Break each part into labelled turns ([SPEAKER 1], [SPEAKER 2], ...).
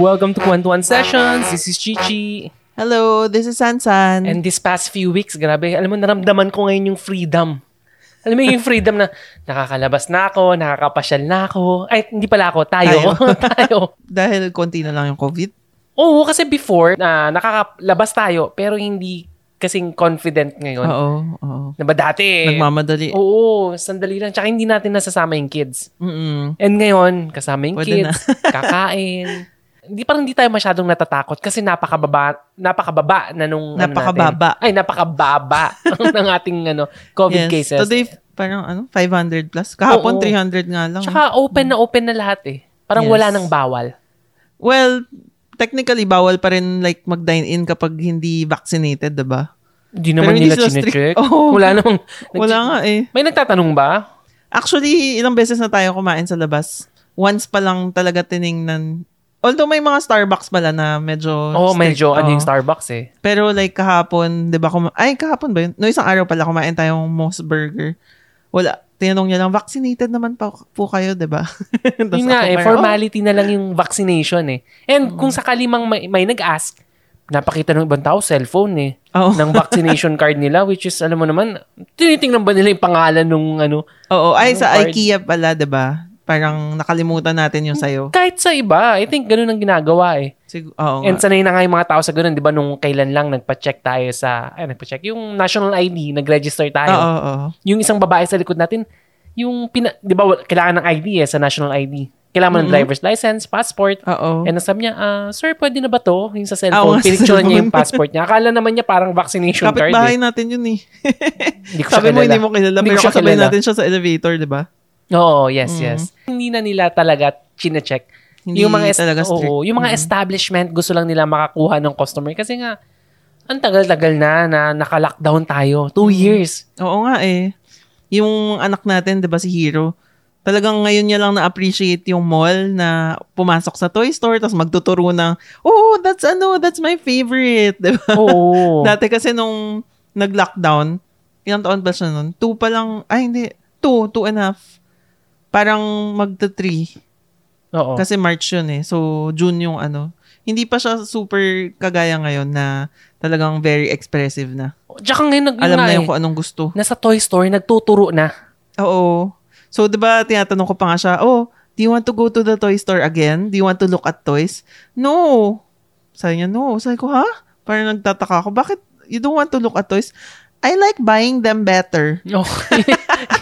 [SPEAKER 1] Welcome to Kwentuhan Sessions. This is Chichi.
[SPEAKER 2] Hello, this is Sansan.
[SPEAKER 1] And this past few weeks, grabe, alam mo, naramdaman ko ngayon yung freedom. Alam mo yung freedom na nakakalabas na ako, nakakapasyal na ako. Ay, hindi pala ako, tayo. Tayo.
[SPEAKER 2] Dahil konti na lang yung COVID.
[SPEAKER 1] Oo, kasi before, na nakakalabas tayo, pero hindi kasing confident ngayon.
[SPEAKER 2] Oo, oo.
[SPEAKER 1] Diba dati?
[SPEAKER 2] Nagmamadali.
[SPEAKER 1] Oo, sandali lang. Tsaka hindi natin nasasama yung kids.
[SPEAKER 2] Mm-mm.
[SPEAKER 1] And ngayon, kasama yung
[SPEAKER 2] Pwede
[SPEAKER 1] kids, kakain. Hindi parang hindi tayo masyadong natatakot kasi napakababa napakababa na nung ano natin.
[SPEAKER 2] Napakababa.
[SPEAKER 1] ay napakababa ng ating ano COVID cases.
[SPEAKER 2] Today, parang ano, 500 plus. Kahapon,
[SPEAKER 1] Oo.
[SPEAKER 2] 300 nga lang.
[SPEAKER 1] Tsaka open na open na lahat eh. Parang
[SPEAKER 2] um, Yes.
[SPEAKER 1] wala nang bawal.
[SPEAKER 2] well, technically, bawal pa rin like mag-dine-in kapag hindi vaccinated, diba?
[SPEAKER 1] Hindi
[SPEAKER 2] Pero
[SPEAKER 1] naman
[SPEAKER 2] hindi
[SPEAKER 1] nila
[SPEAKER 2] sila strict.
[SPEAKER 1] chinecheck.
[SPEAKER 2] Oo.
[SPEAKER 1] Wala namang
[SPEAKER 2] Wala nga eh.
[SPEAKER 1] May nagtatanong ba?
[SPEAKER 2] Actually, ilang beses na tayo kumain sa labas. Once pa lang talaga tiningnan. Although may mga Starbucks pala na medyo
[SPEAKER 1] Oh,
[SPEAKER 2] strict.
[SPEAKER 1] medyo ano
[SPEAKER 2] Oo.
[SPEAKER 1] yung Starbucks eh.
[SPEAKER 2] Pero like kahapon, 'di ba kuma- ay kahapon ba 'yun? No isang araw pala kumain tayong Moss Burger. Wala, tinanong niya lang vaccinated naman pa po kayo, 'di ba? Tapos
[SPEAKER 1] Yun nga
[SPEAKER 2] ako Mm.
[SPEAKER 1] eh,
[SPEAKER 2] parang,
[SPEAKER 1] formality na lang yung vaccination eh. And kung sakali mang may, may nag-ask, napakita ng ibang tao cellphone eh.
[SPEAKER 2] Oh,
[SPEAKER 1] ng vaccination card nila which is alam mo naman tinitingnan ba nila yung pangalan nung ano
[SPEAKER 2] Oo, ay
[SPEAKER 1] Anong
[SPEAKER 2] sa
[SPEAKER 1] card?
[SPEAKER 2] IKEA pala, 'di ba? Parang nakalimutan natin yung sayo.
[SPEAKER 1] kahit sa iba I think ganun ang ginagawa eh
[SPEAKER 2] Sig- oo
[SPEAKER 1] and
[SPEAKER 2] nga.
[SPEAKER 1] sanay na nga yung mga tao sa ganun di ba nung kailan lang nagpa-check tayo sa ay nagpa-check yung national ID nag-register
[SPEAKER 2] Oo,
[SPEAKER 1] tayo
[SPEAKER 2] oo.
[SPEAKER 1] yung isang babae sa likod natin yung pina, di ba wal- kailangan ng ID eh sa national ID kailangan mo ng
[SPEAKER 2] Mhm.
[SPEAKER 1] driver's license passport
[SPEAKER 2] Oo.
[SPEAKER 1] And ang sabi niya, ah, sir, pwede na ba to? Yung sa
[SPEAKER 2] Oo,
[SPEAKER 1] cellphone,
[SPEAKER 2] nga, sa
[SPEAKER 1] pinicturean niya
[SPEAKER 2] cellphone.
[SPEAKER 1] yung passport niya. Akala naman niya parang vaccination
[SPEAKER 2] Kapit
[SPEAKER 1] card. Eh.
[SPEAKER 2] bahay natin yun eh.
[SPEAKER 1] Hindi ko siya
[SPEAKER 2] Sabi mo
[SPEAKER 1] kilala.
[SPEAKER 2] hindi mo kilala,
[SPEAKER 1] Hindi ko
[SPEAKER 2] pero
[SPEAKER 1] siya
[SPEAKER 2] kasabay
[SPEAKER 1] kilala.
[SPEAKER 2] natin siya sa elevator, 'di ba?
[SPEAKER 1] Oo, yes,
[SPEAKER 2] Mm.
[SPEAKER 1] yes. Hindi na nila talaga chinecheck.
[SPEAKER 2] Hindi
[SPEAKER 1] est-
[SPEAKER 2] talaga strict.
[SPEAKER 1] oo, yung mga establishment, gusto lang nila makakuha ng customer. Kasi nga, ang tagal-tagal na na naka-lockdown tayo. Two years.
[SPEAKER 2] Oo nga eh. Yung anak natin, 'di ba si Hero? Talagang ngayon niya lang na-appreciate yung mall na pumasok sa toy store tapos magtuturo ng, "Oh, that's ano, that's my favorite." 'Di ba?
[SPEAKER 1] Oo.
[SPEAKER 2] Dati kasi nung nag-lockdown, ilang taon ba siya nun? Two pa lang, ay hindi, two, two and a half. Parang magta three.
[SPEAKER 1] oo.
[SPEAKER 2] Kasi March yun eh. So, June yung ano. Hindi pa siya super kagaya ngayon na talagang very expressive na.
[SPEAKER 1] Tsaka ngayon, nag,
[SPEAKER 2] Alam
[SPEAKER 1] na
[SPEAKER 2] na
[SPEAKER 1] eh,
[SPEAKER 2] yung kung anong gusto.
[SPEAKER 1] nasa toy store, nagtuturo na.
[SPEAKER 2] Oo. So, di ba, tinatanong ko pa nga siya, oh, do you want to go to the toy store again? Do you want to look at toys? No. Sabi niya, no. Sabi ko, ha? Parang nagtataka ako, bakit you don't want to look at toys? I like buying them better.
[SPEAKER 1] Oo.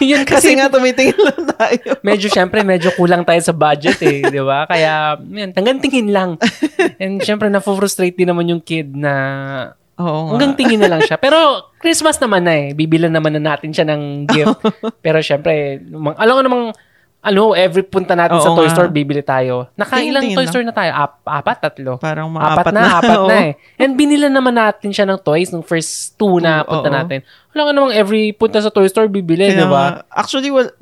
[SPEAKER 1] Yun kasi,
[SPEAKER 2] Kasi nga, tumitingin lang tayo.
[SPEAKER 1] medyo, syempre, medyo kulang tayo sa budget eh. di ba? Kaya, yan, hanggang tingin lang. And syempre, na-frustrate din naman yung kid na
[SPEAKER 2] Oo nga.
[SPEAKER 1] Hanggang tingin na lang siya. Pero Christmas naman na eh. Bibilan naman na natin siya ng gift. Pero syempre, mang- alam ko namang, ano, every punta natin sa
[SPEAKER 2] Oo
[SPEAKER 1] toy
[SPEAKER 2] nga.
[SPEAKER 1] store, bibili tayo. Nakailang
[SPEAKER 2] Tingin-tingin
[SPEAKER 1] toy
[SPEAKER 2] lang.
[SPEAKER 1] store na tayo? Ap- apat, tatlo.
[SPEAKER 2] Parang mga
[SPEAKER 1] apat, na, apat na eh. And binila naman natin siya ng toys nung first two na
[SPEAKER 2] Oo,
[SPEAKER 1] punta
[SPEAKER 2] oo.
[SPEAKER 1] natin. Alam ko namang every punta sa toy store, bibili, Eh,
[SPEAKER 2] Kaya
[SPEAKER 1] di ba?
[SPEAKER 2] nga, Actually, well,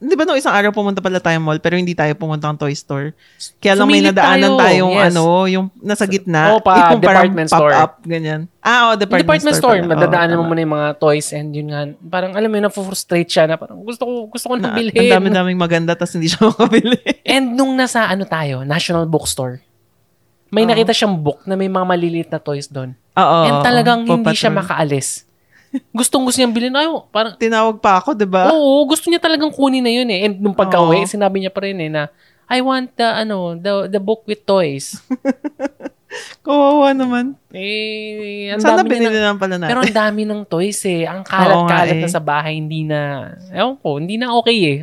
[SPEAKER 2] di ba no, isang araw pumunta pala tayo mall, pero hindi tayo pumunta ng toy store. Kaya lang may
[SPEAKER 1] Sumilip
[SPEAKER 2] nadaanan
[SPEAKER 1] tayo,
[SPEAKER 2] tayong
[SPEAKER 1] yes.
[SPEAKER 2] ano, yung nasa gitna.
[SPEAKER 1] Oo, pa
[SPEAKER 2] yung parang
[SPEAKER 1] department store.
[SPEAKER 2] Pop-up, ganyan. Ah, oh,
[SPEAKER 1] Department,
[SPEAKER 2] department,
[SPEAKER 1] store,
[SPEAKER 2] pala.
[SPEAKER 1] madadaanan
[SPEAKER 2] Oo,
[SPEAKER 1] mo muna yung mga toys and yun nga, parang alam mo yun, na-frustrate siya na parang gusto ko, gusto ko nang
[SPEAKER 2] Na, ang
[SPEAKER 1] bilhin.
[SPEAKER 2] dami-daming maganda tapos hindi siya makabili.
[SPEAKER 1] And nung nasa ano tayo, National Bookstore, may
[SPEAKER 2] Oo.
[SPEAKER 1] nakita siyang book na may mga maliliit na toys doon.
[SPEAKER 2] Oo.
[SPEAKER 1] And
[SPEAKER 2] oo,
[SPEAKER 1] talagang
[SPEAKER 2] oo,
[SPEAKER 1] hindi siya
[SPEAKER 2] patrol.
[SPEAKER 1] makaalis. Gustong gusto niyang bilhin. Ayaw, parang,
[SPEAKER 2] Tinawag pa ako, di ba?
[SPEAKER 1] oo, gusto niya talagang kunin na yun eh. And nung pagka-uwi,
[SPEAKER 2] Oo.
[SPEAKER 1] sinabi niya pa rin eh na, I want the, ano, the, the book with toys.
[SPEAKER 2] Kawawa naman.
[SPEAKER 1] Eh, ang
[SPEAKER 2] Sana
[SPEAKER 1] dami niya
[SPEAKER 2] binili
[SPEAKER 1] ng,
[SPEAKER 2] lang pala natin.
[SPEAKER 1] pero ang dami ng toys eh. Ang
[SPEAKER 2] Oo nga
[SPEAKER 1] kalat-kalat
[SPEAKER 2] eh.
[SPEAKER 1] na sa bahay, hindi na, ewan ko, hindi na okay eh.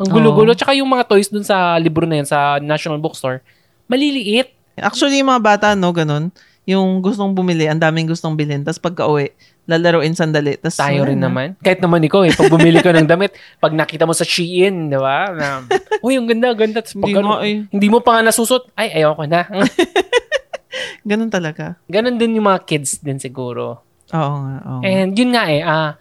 [SPEAKER 1] Ang gulo-gulo. Tsaka yung mga toys dun sa libro na yun, sa National Bookstore, maliliit.
[SPEAKER 2] Actually, yung mga bata, no, ganun. Yung gustong bumili, ang daming gustong bilhin. Tapos pagka-uwi, lalaroin sandali. Tapos
[SPEAKER 1] Tayo
[SPEAKER 2] wala
[SPEAKER 1] rin
[SPEAKER 2] na.
[SPEAKER 1] naman. Kahit naman ikaw eh, pag bumili ka ng damit, pag nakita mo sa Shein, di ba? Na, Uy, ang ganda, ang ganda. Tapos pag
[SPEAKER 2] Hindi
[SPEAKER 1] ano,
[SPEAKER 2] nga eh.
[SPEAKER 1] hindi mo pa nga nasusot, ay, ayaw ko na.
[SPEAKER 2] Ganun talaga.
[SPEAKER 1] Ganon din yung mga kids din siguro.
[SPEAKER 2] Oo nga, oo. nga.
[SPEAKER 1] And yun nga eh, ah,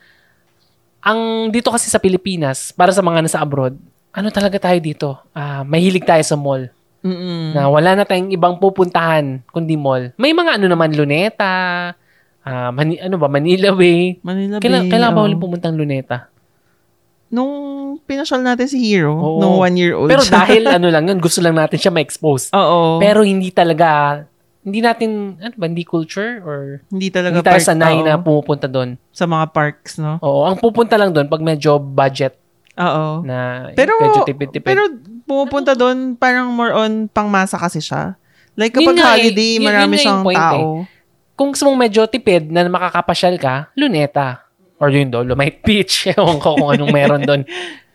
[SPEAKER 1] ang dito kasi sa Pilipinas, para sa mga nasa abroad, ano talaga tayo dito? Ah, mahilig tayo sa mall.
[SPEAKER 2] Mm-mm.
[SPEAKER 1] Na wala na tayong ibang pupuntahan kundi mall. May mga ano naman, Luneta, ah, Mani- ano ba, Manila Way.
[SPEAKER 2] Manila
[SPEAKER 1] Kailan,
[SPEAKER 2] Bay,
[SPEAKER 1] kailan ka ba
[SPEAKER 2] oo.
[SPEAKER 1] ulit pumuntang Luneta?
[SPEAKER 2] Nung pinasyal natin si Hero
[SPEAKER 1] Oo.
[SPEAKER 2] nung one-year-old.
[SPEAKER 1] Pero
[SPEAKER 2] siya.
[SPEAKER 1] dahil ano lang yun, gusto lang natin siya ma-expose.
[SPEAKER 2] Oo.
[SPEAKER 1] Pero hindi talaga, hindi natin, ano ba, hindi culture or
[SPEAKER 2] hindi talaga
[SPEAKER 1] hindi tayo
[SPEAKER 2] park-
[SPEAKER 1] sanay
[SPEAKER 2] oo,
[SPEAKER 1] na pumupunta doon.
[SPEAKER 2] sa mga parks, no?
[SPEAKER 1] Oo, ang pupunta lang doon pag medyo budget
[SPEAKER 2] Oo.
[SPEAKER 1] na
[SPEAKER 2] Pero-
[SPEAKER 1] Mm, medyo tipid-tipid.
[SPEAKER 2] Pero pumupunta doon parang more on pangmasa kasi siya. Like
[SPEAKER 1] Yun
[SPEAKER 2] kapag
[SPEAKER 1] nga eh,
[SPEAKER 2] holiday,
[SPEAKER 1] yun- yun
[SPEAKER 2] marami
[SPEAKER 1] nga yung
[SPEAKER 2] siyang
[SPEAKER 1] point eh.
[SPEAKER 2] tao.
[SPEAKER 1] kung gusto mong medyo tipid na makakapasyal ka, Luneta. Or yun Dolomite Beach. Ewan ko kung anong meron doon.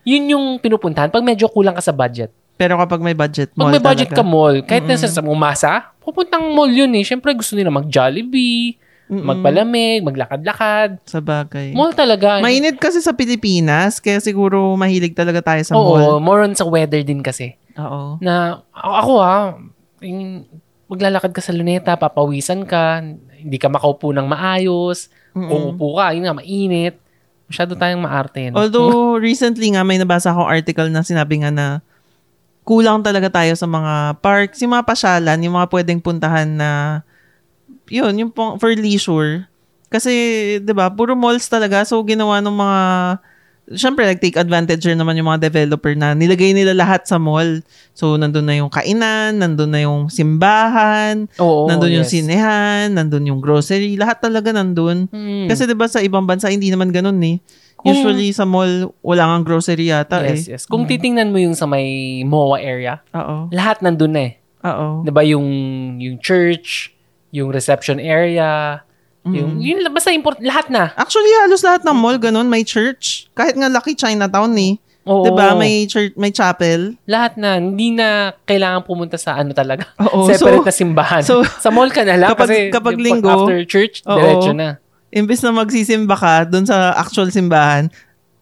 [SPEAKER 1] Yun yung pinupuntahan pag medyo kulang ka sa budget.
[SPEAKER 2] Pero kapag may budget
[SPEAKER 1] Pag
[SPEAKER 2] mall
[SPEAKER 1] may budget
[SPEAKER 2] talaga.
[SPEAKER 1] ka mall, kahit na
[SPEAKER 2] Mm-mm.
[SPEAKER 1] sa umasa, pupuntang mall yun eh. Siyempre gusto nila mag-Jollibee,
[SPEAKER 2] Mm-mm. Mm.
[SPEAKER 1] magpalamig, maglakad-lakad.
[SPEAKER 2] Sa bagay.
[SPEAKER 1] Mall talaga.
[SPEAKER 2] Mainit kasi sa Pilipinas, kaya siguro mahilig talaga tayo sa
[SPEAKER 1] Oo,
[SPEAKER 2] mall.
[SPEAKER 1] more on sa weather din kasi.
[SPEAKER 2] Oo.
[SPEAKER 1] Na a- ako ha, yung maglalakad ka sa Luneta, papawisan ka, hindi ka makaupo ng maayos,
[SPEAKER 2] Mm-mm.
[SPEAKER 1] uupo ka, yun nga, mainit. Masyado tayong maarte. no?
[SPEAKER 2] Mm-hmm. Although recently nga may nabasa akong article na sinabi nga na kulang talaga tayo sa mga parks, yung mga pasyalan, yung mga pwedeng puntahan na yun, yung pang- for leisure. Kasi, 'di ba, puro malls talaga so ginawa ng mga Siyempre, nag-take advantage rin naman yung mga developer na nilagay nila lahat sa mall. So, nandun na yung kainan, nandun na yung simbahan,
[SPEAKER 1] Oo,
[SPEAKER 2] nandun yung
[SPEAKER 1] Oh, yes.
[SPEAKER 2] sinehan, nandun yung grocery, lahat talaga nandun.
[SPEAKER 1] Mm.
[SPEAKER 2] Kasi 'di ba sa ibang bansa hindi naman ganoon eh.
[SPEAKER 1] Kung-
[SPEAKER 2] Usually sa mall wala kang grocery yata
[SPEAKER 1] yes,
[SPEAKER 2] eh.
[SPEAKER 1] yes. Kung titingnan mo yung sa may MOA area,
[SPEAKER 2] Oo.
[SPEAKER 1] lahat nandun na eh. 'Di
[SPEAKER 2] Oo.
[SPEAKER 1] ba yung yung church, yung reception area, yung
[SPEAKER 2] Mm.
[SPEAKER 1] yun basta import lahat na.
[SPEAKER 2] Actually halos lahat ng mall ganun, may church. Kahit nga Lucky Chinatown eh.
[SPEAKER 1] Oo.
[SPEAKER 2] 'Di ba? May church, may chapel.
[SPEAKER 1] lahat na hindi na kailangan pumunta sa ano talaga.
[SPEAKER 2] Oo.
[SPEAKER 1] Separate
[SPEAKER 2] so
[SPEAKER 1] na simbahan.
[SPEAKER 2] so,
[SPEAKER 1] sa mall ka na lang
[SPEAKER 2] kapag-
[SPEAKER 1] kasi
[SPEAKER 2] kapag
[SPEAKER 1] yung
[SPEAKER 2] linggo,
[SPEAKER 1] after church,
[SPEAKER 2] oo.
[SPEAKER 1] diretso na.
[SPEAKER 2] imbes na magsisimba ka doon sa actual simbahan,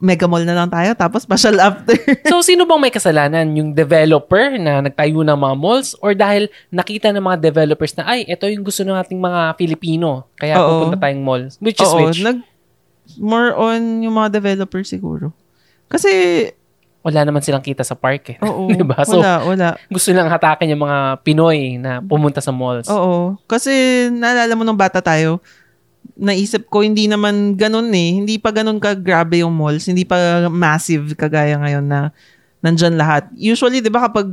[SPEAKER 2] mega mall na lang tayo tapos pasyal after.
[SPEAKER 1] So sino bang may kasalanan? Yung developer na nagtayo ng mga malls or dahil nakita ng mga developers na ay, ito yung gusto ng ating mga Filipino. Kaya
[SPEAKER 2] Oo.
[SPEAKER 1] pupunta tayong mall. Which is
[SPEAKER 2] Oo,
[SPEAKER 1] which?
[SPEAKER 2] nag more on yung mga developer siguro. Kasi
[SPEAKER 1] wala naman silang kita sa park eh.
[SPEAKER 2] oo,
[SPEAKER 1] Diba? So,
[SPEAKER 2] wala, wala.
[SPEAKER 1] gusto lang hatakin yung mga Pinoy na pumunta sa malls.
[SPEAKER 2] Oo. Kasi naalala mo nung bata tayo, naisip ko hindi naman ganun eh. Hindi pa ganun ka grabe yung malls, hindi pa massive kagaya ngayon na nandyan lahat. Usually, 'di ba kapag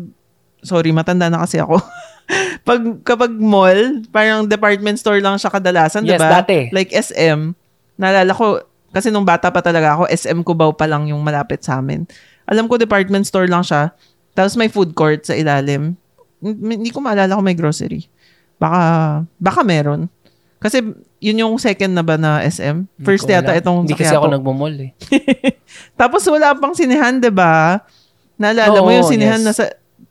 [SPEAKER 2] sorry, matanda na kasi ako. Pag kapag mall, parang department store lang siya kadalasan, 'di
[SPEAKER 1] yes,
[SPEAKER 2] ba?
[SPEAKER 1] dati.
[SPEAKER 2] Like SM, naalala ko kasi nung bata pa talaga ako, SM Cubao pa lang yung malapit sa amin. Alam ko department store lang siya. Tapos may food court sa ilalim. Hindi hindi ko maalala kung may grocery. Baka baka meron. Kasi yun yung second na ba na SM?
[SPEAKER 1] Hindi
[SPEAKER 2] First
[SPEAKER 1] ko
[SPEAKER 2] yata
[SPEAKER 1] alam.
[SPEAKER 2] itong
[SPEAKER 1] Hindi
[SPEAKER 2] sa
[SPEAKER 1] kasi ako
[SPEAKER 2] Quiapo.
[SPEAKER 1] nagmamall eh.
[SPEAKER 2] Tapos wala pang sinehan, 'di ba? Naalala mo
[SPEAKER 1] Oo,
[SPEAKER 2] yung sinehan
[SPEAKER 1] yes.
[SPEAKER 2] na sa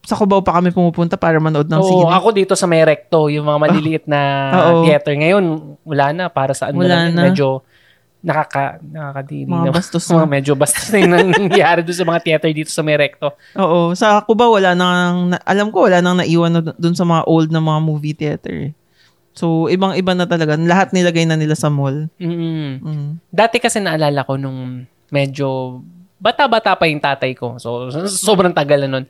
[SPEAKER 2] sa Cubao pa kami pumupunta para manood ng
[SPEAKER 1] Oo,
[SPEAKER 2] sine.
[SPEAKER 1] ako dito sa may recto, yung mga maliliit na
[SPEAKER 2] Ah, Oo.
[SPEAKER 1] theater. Ngayon, wala na. Para sa ano
[SPEAKER 2] Wala
[SPEAKER 1] lang, yun,
[SPEAKER 2] na.
[SPEAKER 1] medyo nakaka, nakakadiri
[SPEAKER 2] Mga
[SPEAKER 1] naman.
[SPEAKER 2] bastos
[SPEAKER 1] mga
[SPEAKER 2] na.
[SPEAKER 1] medyo basta na yung nangyayari doon sa mga theater dito sa may recto.
[SPEAKER 2] Oo, sa Cubao wala nang na- alam ko wala nang naiwan na dun sa mga old na mga movie theater. eh. So ibang-iba na talaga, lahat nilagay na nila sa mall.
[SPEAKER 1] Mm.
[SPEAKER 2] Mm.
[SPEAKER 1] Dati kasi naalala ko nung medyo bata-bata pa yung tatay ko. So, sobrang tagal na nun.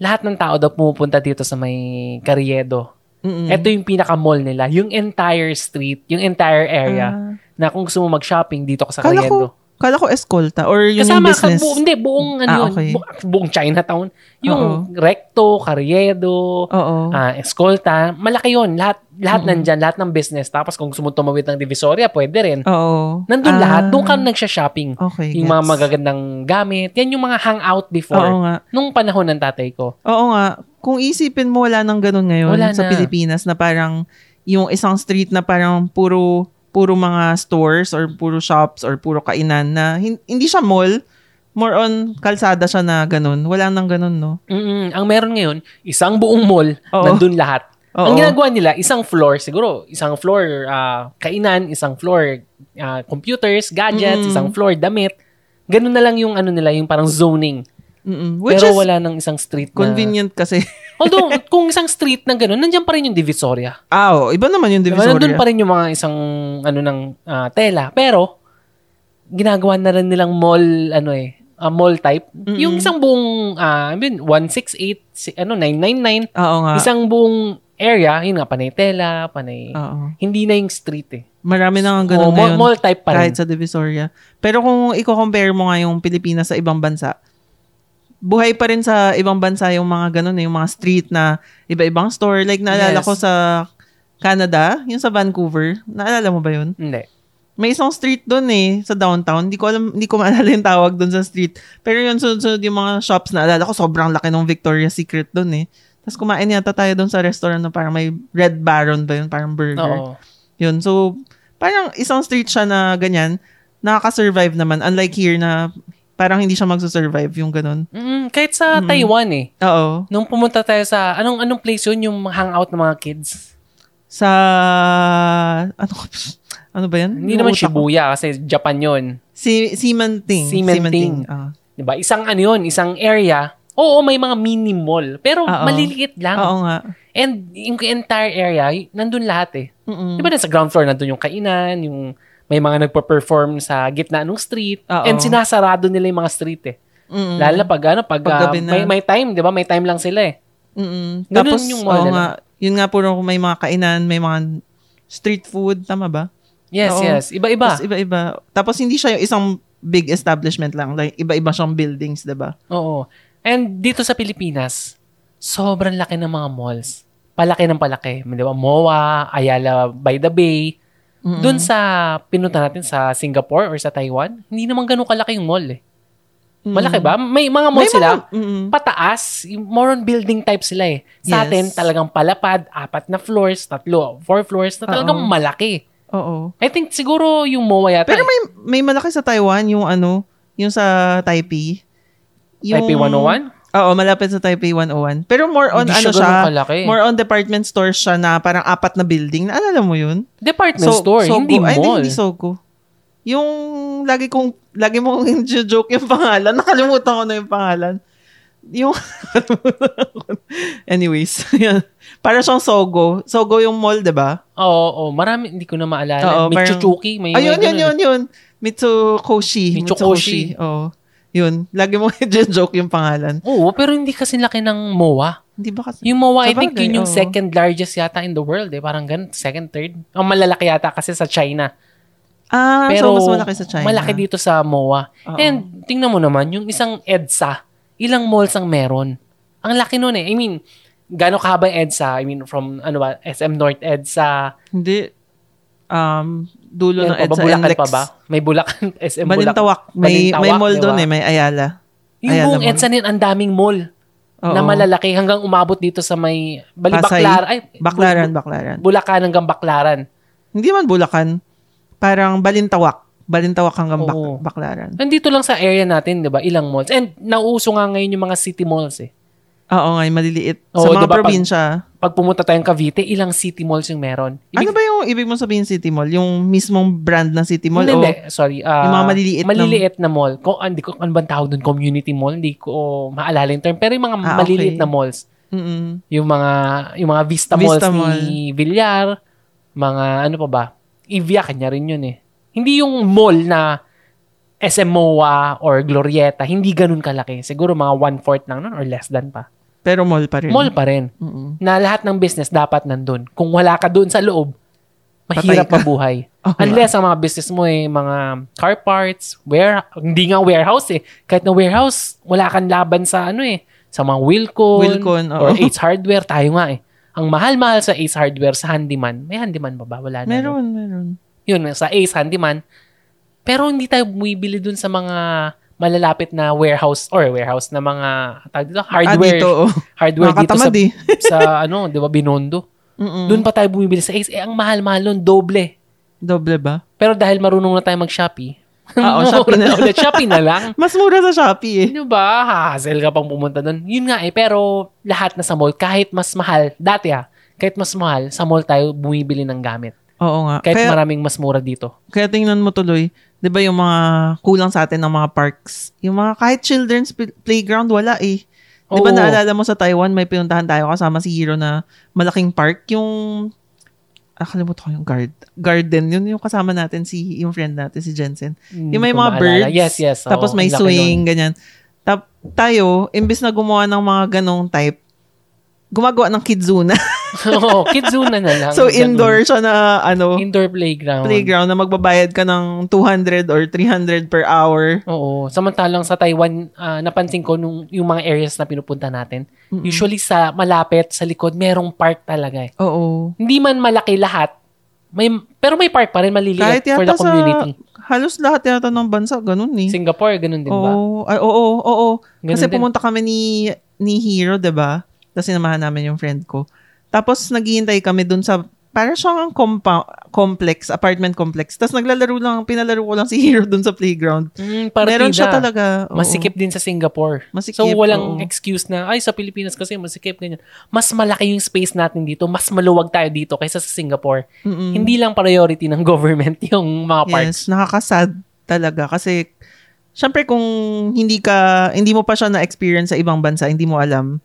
[SPEAKER 1] Lahat ng tao daw pumupunta dito sa may Carriedo.
[SPEAKER 2] Mm-mm.
[SPEAKER 1] Ito yung pinaka-mall nila. Yung entire street, yung entire area,
[SPEAKER 2] Ah.
[SPEAKER 1] na kung gusto mo mag-shopping, dito ka sa
[SPEAKER 2] Kala
[SPEAKER 1] Carriedo.
[SPEAKER 2] Kala ko eskolta or yun yung
[SPEAKER 1] Kasama ka,
[SPEAKER 2] business.
[SPEAKER 1] bu- hindi, buong, ano
[SPEAKER 2] Ah,
[SPEAKER 1] yun,
[SPEAKER 2] okay.
[SPEAKER 1] bu- buong Chinatown. Yung
[SPEAKER 2] Oo.
[SPEAKER 1] Recto, Carriedo,
[SPEAKER 2] Oo.
[SPEAKER 1] ah, Escolta, malaki yun. Lahat, lahat
[SPEAKER 2] Mm-mm.
[SPEAKER 1] nandyan, lahat ng business. Tapos kung gusto mo tumawid ng Divisoria, pwede rin.
[SPEAKER 2] Oo.
[SPEAKER 1] Nandun
[SPEAKER 2] Ah.
[SPEAKER 1] lahat, doon ka nagsha-shopping.
[SPEAKER 2] Okay.
[SPEAKER 1] Yung mga
[SPEAKER 2] gets.
[SPEAKER 1] magagandang gamit, yan yung mga hangout
[SPEAKER 2] Oo
[SPEAKER 1] before.
[SPEAKER 2] nga.
[SPEAKER 1] Nung panahon ng tatay ko.
[SPEAKER 2] Oo nga. Kung isipin mo wala nang ganun ngayon
[SPEAKER 1] Wala
[SPEAKER 2] sa
[SPEAKER 1] na.
[SPEAKER 2] Pilipinas na parang yung isang street na parang puro puro mga stores or puro shops or puro kainan na hin- hindi siya mall, more on kalsada siya na ganun. Wala nang ganun, no?
[SPEAKER 1] Mm-mm. Ang meron ngayon, isang buong mall,
[SPEAKER 2] Oo.
[SPEAKER 1] nandun lahat.
[SPEAKER 2] Oo.
[SPEAKER 1] Ang ginagawa nila, isang floor siguro, isang floor ah, kainan, isang floor ah, computers, gadgets,
[SPEAKER 2] Mm.
[SPEAKER 1] isang floor damit. Ganun na lang yung ano nila, yung parang zoning.
[SPEAKER 2] Mm-mm. Which
[SPEAKER 1] Pero
[SPEAKER 2] is
[SPEAKER 1] wala nang isang street na...
[SPEAKER 2] convenient kasi.
[SPEAKER 1] Although, kung isang street na ganun, nandiyan pa rin yung divisoria.
[SPEAKER 2] ah, oh, iba naman yung
[SPEAKER 1] Divisoria. Nandun
[SPEAKER 2] Divisoria.
[SPEAKER 1] pa rin yung mga isang ano ng ah, tela. Pero, ginagawa na rin nilang mall, ano eh, ah, mall type.
[SPEAKER 2] Mm-mm.
[SPEAKER 1] Yung isang buong, ah, I mean, 168, si- ano, 999,
[SPEAKER 2] Oo nga.
[SPEAKER 1] isang buong area, yun nga, panay tela, panay...
[SPEAKER 2] Oo.
[SPEAKER 1] Hindi na yung street eh.
[SPEAKER 2] Marami na ang
[SPEAKER 1] Oo,
[SPEAKER 2] ganun
[SPEAKER 1] mall,
[SPEAKER 2] ngayon.
[SPEAKER 1] mall type pa rin.
[SPEAKER 2] kahit sa Divisoria. Pero kung i-compare mo nga yung Pilipinas sa ibang bansa, buhay pa rin sa ibang bansa yung mga ganun, eh, yung mga street na iba-ibang store. Like, naalala
[SPEAKER 1] Yes.
[SPEAKER 2] ko sa Canada, yung sa Vancouver. Naalala mo ba yun?
[SPEAKER 1] Hindi.
[SPEAKER 2] May isang street doon eh, sa downtown. Hindi ko alam, hindi ko maalala yung tawag doon sa street. Pero yun, sunod-sunod yung mga shops na alala ko, sobrang laki ng Victoria's Secret doon eh. Tapos kumain yata tayo doon sa restaurant na parang may Red Baron ba yun, parang burger.
[SPEAKER 1] Oo.
[SPEAKER 2] Yun, so parang isang street siya na ganyan, nakaka-survive naman. Unlike here na parang hindi siya magsusurvive yung ganun.
[SPEAKER 1] Mm, kahit sa Taiwan eh.
[SPEAKER 2] Oo.
[SPEAKER 1] Nung pumunta tayo sa, anong anong place yun? Yung hangout ng mga kids?
[SPEAKER 2] Sa, ano, ko- ano ba yan?
[SPEAKER 1] Hindi
[SPEAKER 2] Yung
[SPEAKER 1] naman
[SPEAKER 2] utak ko.
[SPEAKER 1] Shibuya kasi Japan yun.
[SPEAKER 2] Si, Simanting.
[SPEAKER 1] Simanting.
[SPEAKER 2] Ah.
[SPEAKER 1] Diba? Isang ano yun, isang area. Oo, may mga mini mall. Pero
[SPEAKER 2] Oo.
[SPEAKER 1] maliliit lang.
[SPEAKER 2] Oo nga.
[SPEAKER 1] And yung entire area, y- nandun lahat eh.
[SPEAKER 2] Mm-mm.
[SPEAKER 1] Di ba na sa ground floor, nandun yung kainan, yung may mga nagpa-perform sa gitna ng street.
[SPEAKER 2] Oo.
[SPEAKER 1] And sinasarado nila yung mga street eh.
[SPEAKER 2] Mm-mm.
[SPEAKER 1] Lalo na pag ano, pag ah,
[SPEAKER 2] Paggabi na.
[SPEAKER 1] may, may time, di ba? May time lang sila eh.
[SPEAKER 2] Mm-mm.
[SPEAKER 1] Ganun
[SPEAKER 2] Tapos,
[SPEAKER 1] yung
[SPEAKER 2] yung
[SPEAKER 1] mall
[SPEAKER 2] oo
[SPEAKER 1] nila.
[SPEAKER 2] nga, yun nga puro may mga kainan, may mga street food, tama ba?
[SPEAKER 1] Yes,
[SPEAKER 2] Oo.
[SPEAKER 1] yes. Iba-iba.
[SPEAKER 2] Tapos iba-iba. Tapos hindi siya yung isang big establishment lang. Like, iba-iba siyang buildings, diba? di ba?
[SPEAKER 1] Oo. And dito sa Pilipinas, sobrang laki ng mga malls. Palaki ng palaki. Di ba? MOA, Ayala by the Bay.
[SPEAKER 2] Mm-mm.
[SPEAKER 1] Doon sa pinunta natin sa Singapore or sa Taiwan, hindi naman ganun kalaki yung mall eh.
[SPEAKER 2] Mm.
[SPEAKER 1] Malaki ba? May mga mall
[SPEAKER 2] May
[SPEAKER 1] sila.
[SPEAKER 2] mga- mm-mm.
[SPEAKER 1] pataas, yung more on building type sila eh. Sa
[SPEAKER 2] Yes.
[SPEAKER 1] atin, talagang palapad, apat na floors, tatlo, four floors, na talagang
[SPEAKER 2] Oo.
[SPEAKER 1] malaki.
[SPEAKER 2] Oo.
[SPEAKER 1] I think siguro yung MOA yata.
[SPEAKER 2] Pero may, may malaki sa Taiwan, yung ano, yung sa Taipei. Yung-
[SPEAKER 1] Taipei 101?
[SPEAKER 2] Oo, malapit sa Taipei 101. Pero more on
[SPEAKER 1] Hindi
[SPEAKER 2] ano
[SPEAKER 1] siya
[SPEAKER 2] siya,
[SPEAKER 1] ganun kalaki.
[SPEAKER 2] more on department store siya na parang apat na building. Naalala mo yun?
[SPEAKER 1] Department store,
[SPEAKER 2] Sogo.
[SPEAKER 1] hindi
[SPEAKER 2] Ay,
[SPEAKER 1] mall.
[SPEAKER 2] hindi Sogo. Yung lagi kong, lagi mong joke yung pangalan. Nakalimutan ko na yung pangalan. Yung, anyways, yan. Para siyang Sogo. Sogo yung mall, di ba?
[SPEAKER 1] Oo, oo, marami, hindi ko na maalala.
[SPEAKER 2] Oo,
[SPEAKER 1] may
[SPEAKER 2] parang-
[SPEAKER 1] Chuchuki, may
[SPEAKER 2] Ayun,
[SPEAKER 1] may
[SPEAKER 2] yun, yun, yun. Mitsukoshi.
[SPEAKER 1] Mitsukoshi.
[SPEAKER 2] Oo. Yun. Lagi mong joke yung pangalan.
[SPEAKER 1] Oo, pero hindi kasi laki ng MOA.
[SPEAKER 2] Hindi ba kasi?
[SPEAKER 1] Yung MOA, I
[SPEAKER 2] Sabagay,
[SPEAKER 1] think yun yung
[SPEAKER 2] oo.
[SPEAKER 1] second largest yata in the world eh. Parang ganun, second, third. Ang malalaki yata kasi sa China.
[SPEAKER 2] ah,
[SPEAKER 1] Pero
[SPEAKER 2] so mas malaki sa China.
[SPEAKER 1] malaki dito sa MOA.
[SPEAKER 2] Oo.
[SPEAKER 1] And tingnan mo naman, yung isang EDSA, ilang malls ang meron. Ang laki nun eh. I mean, gano'ng kahaba yung EDSA? I mean, from ano ba, SM North EDSA.
[SPEAKER 2] Hindi. Um, dulo
[SPEAKER 1] Meron pa ba?
[SPEAKER 2] ng EDSA
[SPEAKER 1] Bulacan
[SPEAKER 2] Inlex.
[SPEAKER 1] pa ba? May Bulacan, SM Bulacan.
[SPEAKER 2] Balintawak. May,
[SPEAKER 1] Balintawak,
[SPEAKER 2] may mall
[SPEAKER 1] di
[SPEAKER 2] doon
[SPEAKER 1] ba?
[SPEAKER 2] eh. May Ayala.
[SPEAKER 1] Yung
[SPEAKER 2] Ayan
[SPEAKER 1] buong
[SPEAKER 2] naman.
[SPEAKER 1] EDSA nin, ang daming mall
[SPEAKER 2] Oo.
[SPEAKER 1] na malalaki hanggang umabot dito sa may
[SPEAKER 2] Pasay.
[SPEAKER 1] Balibaklar. Ay,
[SPEAKER 2] Baklaran,
[SPEAKER 1] Bu-
[SPEAKER 2] Baklaran.
[SPEAKER 1] Bulacan hanggang Baklaran.
[SPEAKER 2] Hindi man Bulacan. Parang Balintawak. Balintawak hanggang Bak-
[SPEAKER 1] Oo.
[SPEAKER 2] Baklaran.
[SPEAKER 1] Nandito lang sa area natin, di ba? Ilang malls. And nauuso nga ngayon yung mga city malls eh.
[SPEAKER 2] Ah, Oo nga, yung maliliit.
[SPEAKER 1] Oo,
[SPEAKER 2] Sa mga
[SPEAKER 1] diba pag-
[SPEAKER 2] probinsya.
[SPEAKER 1] Pag pumunta tayong Cavite, ilang city malls yung meron.
[SPEAKER 2] ano ba yung ibig mong sabihin City Mall? Yung mismong brand ng City Mall?
[SPEAKER 1] Hindi,
[SPEAKER 2] o
[SPEAKER 1] hindi. Sorry. ah,
[SPEAKER 2] Yung mga maliliit na-
[SPEAKER 1] maliliit na, mall. Ko, ah, hindi ko, ano bang tawag doon? Community mall? Hindi ko maalala yung term. Pero yung mga
[SPEAKER 2] Ah,
[SPEAKER 1] maliliit
[SPEAKER 2] okay.
[SPEAKER 1] na malls.
[SPEAKER 2] Mm-mm.
[SPEAKER 1] Yung mga, yung mga Vista, malls
[SPEAKER 2] Vista Mall.
[SPEAKER 1] ni Villar. Mga ano pa ba? Ivia, kanya rin yun eh. Hindi yung mall na SMOA or Glorieta. Hindi ganun kalaki. Siguro mga one-fourth lang nun or less than pa.
[SPEAKER 2] Pero mall pa rin.
[SPEAKER 1] Mall pa rin.
[SPEAKER 2] Mm-mm.
[SPEAKER 1] Na lahat ng business dapat nandun. Kung wala ka doon sa loob, mahirap
[SPEAKER 2] Patay ka. Diba?
[SPEAKER 1] mabuhay.
[SPEAKER 2] Oo nga.
[SPEAKER 1] Unless ang mga business mo eh, mga car parts, ware, hindi nga warehouse eh. Kahit na warehouse, wala kang laban sa ano eh, sa mga Wilcon,
[SPEAKER 2] Wilcon, oo.
[SPEAKER 1] or Ace Hardware, tayo nga eh. Ang mahal-mahal sa Ace Hardware, sa handyman, may handyman ba ba? Wala na. no?
[SPEAKER 2] Meron, meron.
[SPEAKER 1] Yun, sa Ace handyman. Pero hindi tayo bumibili dun sa mga malalapit na warehouse or warehouse na mga tawag dito, hardware
[SPEAKER 2] Ah, dito. oh.
[SPEAKER 1] hardware dito sa,
[SPEAKER 2] Nakakatamad eh. Mm.
[SPEAKER 1] sa ano, 'di ba, Binondo.
[SPEAKER 2] Mm-mm.
[SPEAKER 1] Doon pa tayo bumibili sa Ace. Eh, ang mahal-mahal nun, doble.
[SPEAKER 2] Doble ba?
[SPEAKER 1] Pero dahil marunong na tayo mag-Shopee,
[SPEAKER 2] Oo, Ah, oh, Shopee na lang.
[SPEAKER 1] ulit, Shopee na lang.
[SPEAKER 2] Mas mura sa Shopee eh.
[SPEAKER 1] Ano ba? Hassle ka pang pumunta doon. Yun nga eh, pero lahat na sa mall, kahit mas mahal, dati ha, kahit mas mahal, sa mall tayo bumibili ng gamit.
[SPEAKER 2] Oo nga.
[SPEAKER 1] Kahit
[SPEAKER 2] Kaya,
[SPEAKER 1] maraming mas mura dito.
[SPEAKER 2] kaya tingnan mo tuloy, di ba yung mga kulang sa atin ng mga parks? Yung mga kahit children's pl- playground, wala eh. Di ba
[SPEAKER 1] Oo.
[SPEAKER 2] naalala mo sa Taiwan, may pinuntahan tayo kasama si Hiro na malaking park, yung, ah, kalimutan ko yung guard, garden, yun yung kasama natin, si, yung friend natin, si Jensen.
[SPEAKER 1] Hindi
[SPEAKER 2] Yung may
[SPEAKER 1] ko
[SPEAKER 2] mga
[SPEAKER 1] maalala.
[SPEAKER 2] birds,
[SPEAKER 1] Yes, yes. oo,
[SPEAKER 2] tapos may
[SPEAKER 1] ang laki
[SPEAKER 2] swing,
[SPEAKER 1] nun.
[SPEAKER 2] ganyan. Tap, tayo, imbis na gumawa ng mga ganong type, gumagawa ng kidzuna.
[SPEAKER 1] Oo, kidzuna na lang.
[SPEAKER 2] So,
[SPEAKER 1] Ganun.
[SPEAKER 2] indoor siya na, ano,
[SPEAKER 1] Indoor playground.
[SPEAKER 2] playground na magbabayad ka ng 200 or 300 per hour.
[SPEAKER 1] Oo. Samantalang sa Taiwan, ah, napansin ko nung yung mga areas na pinupunta natin,
[SPEAKER 2] Mm-mm.
[SPEAKER 1] usually sa malapit, sa likod, merong park talaga eh.
[SPEAKER 2] Oo.
[SPEAKER 1] Hindi man malaki lahat, may pero may park pa rin maliliit
[SPEAKER 2] Kahit
[SPEAKER 1] for
[SPEAKER 2] yata
[SPEAKER 1] the community.
[SPEAKER 2] sa, halos lahat yata ng bansa, ganun eh.
[SPEAKER 1] Singapore, ganun din ba?
[SPEAKER 2] Oo, ay, oo, oo, oo.
[SPEAKER 1] Ganun
[SPEAKER 2] Kasi
[SPEAKER 1] din.
[SPEAKER 2] pumunta kami ni, ni Hero, 'di ba? Tapos sinamahan namin yung friend ko. Tapos naghihintay kami dun sa, para siyang compa- complex, apartment complex. Tapos naglalaro lang, pinalaro ko lang si Hero dun sa playground.
[SPEAKER 1] Mm, para
[SPEAKER 2] Meron siya
[SPEAKER 1] talaga.
[SPEAKER 2] talaga. oo.
[SPEAKER 1] Masikip din sa Singapore.
[SPEAKER 2] Masikip,
[SPEAKER 1] so walang
[SPEAKER 2] oo.
[SPEAKER 1] excuse na ay sa Pilipinas kasi masikip ganyan. Mas malaki yung space natin dito, mas maluwag tayo dito kaysa sa Singapore.
[SPEAKER 2] Mm-mm.
[SPEAKER 1] Hindi lang priority ng government yung mga parks.
[SPEAKER 2] Mm. Yes, nakakasad talaga kasi syempre kung hindi ka hindi mo pa siya na-experience sa ibang bansa, hindi mo alam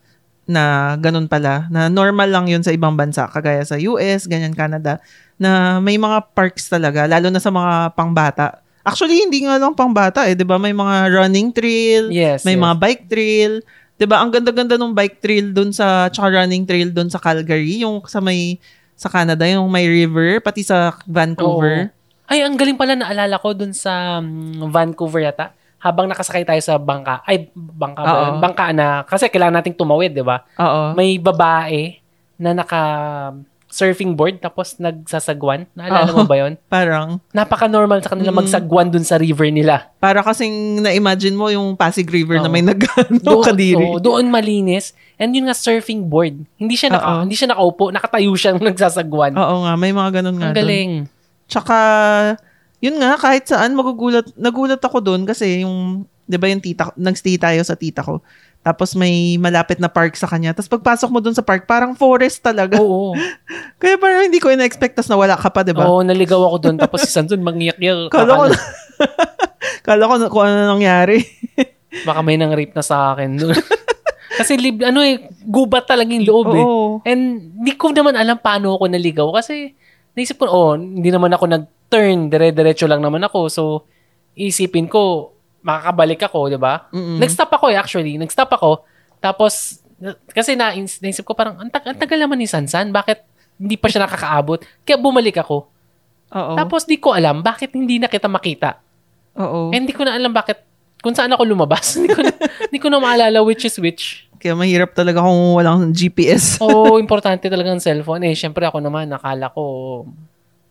[SPEAKER 2] na ganun pala, na normal lang yun sa ibang bansa, kagaya sa US, ganyan, Canada, na may mga parks talaga, lalo na sa mga pangbata. Actually, hindi nga lang pangbata eh, di ba? May mga running trail,
[SPEAKER 1] Yes.
[SPEAKER 2] may
[SPEAKER 1] yes.
[SPEAKER 2] mga bike trail. 'Di ba? Ang ganda-ganda ng bike trail doon sa tsaka running trail doon sa Calgary, yung sa may sa Canada, yung may river pati sa Vancouver.
[SPEAKER 1] Ay, ang galing pala naalala ko dun sa mm, Vancouver yata. Habang nakasakay tayo sa bangka, ay, bangka ba
[SPEAKER 2] Oo.
[SPEAKER 1] yun? Bangka na, kasi kailangan nating tumawid, di ba? Ah.
[SPEAKER 2] Oo.
[SPEAKER 1] May babae na naka surfing board tapos nagsasagwan. Naalala mo
[SPEAKER 2] Oo.
[SPEAKER 1] ba yun?
[SPEAKER 2] Parang
[SPEAKER 1] Napaka-normal sa kanila
[SPEAKER 2] Mm.
[SPEAKER 1] magsagwan dun sa river nila.
[SPEAKER 2] para kasing na-imagine mo yung Pasig River na
[SPEAKER 1] Oo.
[SPEAKER 2] may nagano kadiri.
[SPEAKER 1] oo, doon malinis. And yun nga, surfing board. Hindi siya, naka,
[SPEAKER 2] Oo.
[SPEAKER 1] hindi siya nakaupo, nakatayo siya nung nagsasagwan.
[SPEAKER 2] Oo nga, may mga ganun Ah, nga
[SPEAKER 1] ang
[SPEAKER 2] doon.
[SPEAKER 1] galing.
[SPEAKER 2] Tsaka yun nga kahit saan magugulat nagulat ako doon kasi yung 'di ba yung tita nagstay tayo sa tita ko. Tapos may malapit na park sa kanya. Tapos pagpasok mo doon sa park, parang forest talaga.
[SPEAKER 1] Oo.
[SPEAKER 2] Kaya parang hindi ko in-expect tas nawala ka pa, di ba?
[SPEAKER 1] Oo, naligaw ako doon. Tapos si Sanson, mangiyak-iyak.
[SPEAKER 2] Diba? Kala ko,
[SPEAKER 1] Akala-
[SPEAKER 2] kala ko na- kung ano nangyari.
[SPEAKER 1] Baka may nang rape na sa akin. nun. kasi lib, ano eh, gubat talaga yung loob eh.
[SPEAKER 2] Oo.
[SPEAKER 1] And di ko naman alam paano ako naligaw kasi naisip ko, oh, hindi naman ako nag-turn, dire-diretso lang naman ako. So, isipin ko, makakabalik ako, di ba?
[SPEAKER 2] Mm-mm.
[SPEAKER 1] Nag-stop ako eh, actually. Nag-stop ako. Tapos, na- kasi na, naisip ko parang, ang tag- ang tagal naman ni Sansan, bakit hindi pa siya nakakaabot? Kaya bumalik ako.
[SPEAKER 2] Oo.
[SPEAKER 1] Tapos di ko alam bakit hindi na kita makita.
[SPEAKER 2] Oo.
[SPEAKER 1] Eh, hindi ko na alam bakit kung saan ako lumabas. hindi ko na, hindi ko na maalala which is which.
[SPEAKER 2] Kaya mahirap talaga kung walang GPS.
[SPEAKER 1] Oo, importante talaga ang cellphone. Eh, syempre ako naman, akala ko,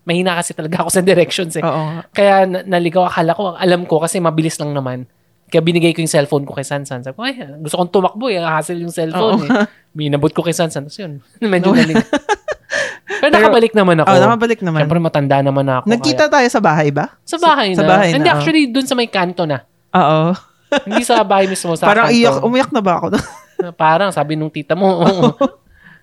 [SPEAKER 1] mahina kasi talaga ako sa directions eh.
[SPEAKER 2] Oo.
[SPEAKER 1] Kaya na- naligaw, akala ko, alam ko kasi mabilis lang naman. Kaya binigay ko yung cellphone ko kay Sansan. Sabi ko, ay, gusto kong tumakbo eh. Hassle yung cellphone
[SPEAKER 2] Oo.
[SPEAKER 1] eh. Minabot ko kay Sansan. Tapos yun, medyo
[SPEAKER 2] No.
[SPEAKER 1] nalig. Pero
[SPEAKER 2] Pero-
[SPEAKER 1] nakabalik naman ako.
[SPEAKER 2] Oo, Ah, nakabalik naman.
[SPEAKER 1] Syempre matanda naman ako.
[SPEAKER 2] Nagkita tayo sa bahay ba?
[SPEAKER 1] kaya- sa bahay na.
[SPEAKER 2] sa- sa bahay na, oh.
[SPEAKER 1] Hindi,
[SPEAKER 2] oo.
[SPEAKER 1] actually, dun sa may kanto na.
[SPEAKER 2] Oo.
[SPEAKER 1] Hindi sa bahay mismo, sa
[SPEAKER 2] Parang
[SPEAKER 1] kanto.
[SPEAKER 2] iyak, umiyak na ba ako?
[SPEAKER 1] Na Parang sabi nung tita mo, oo.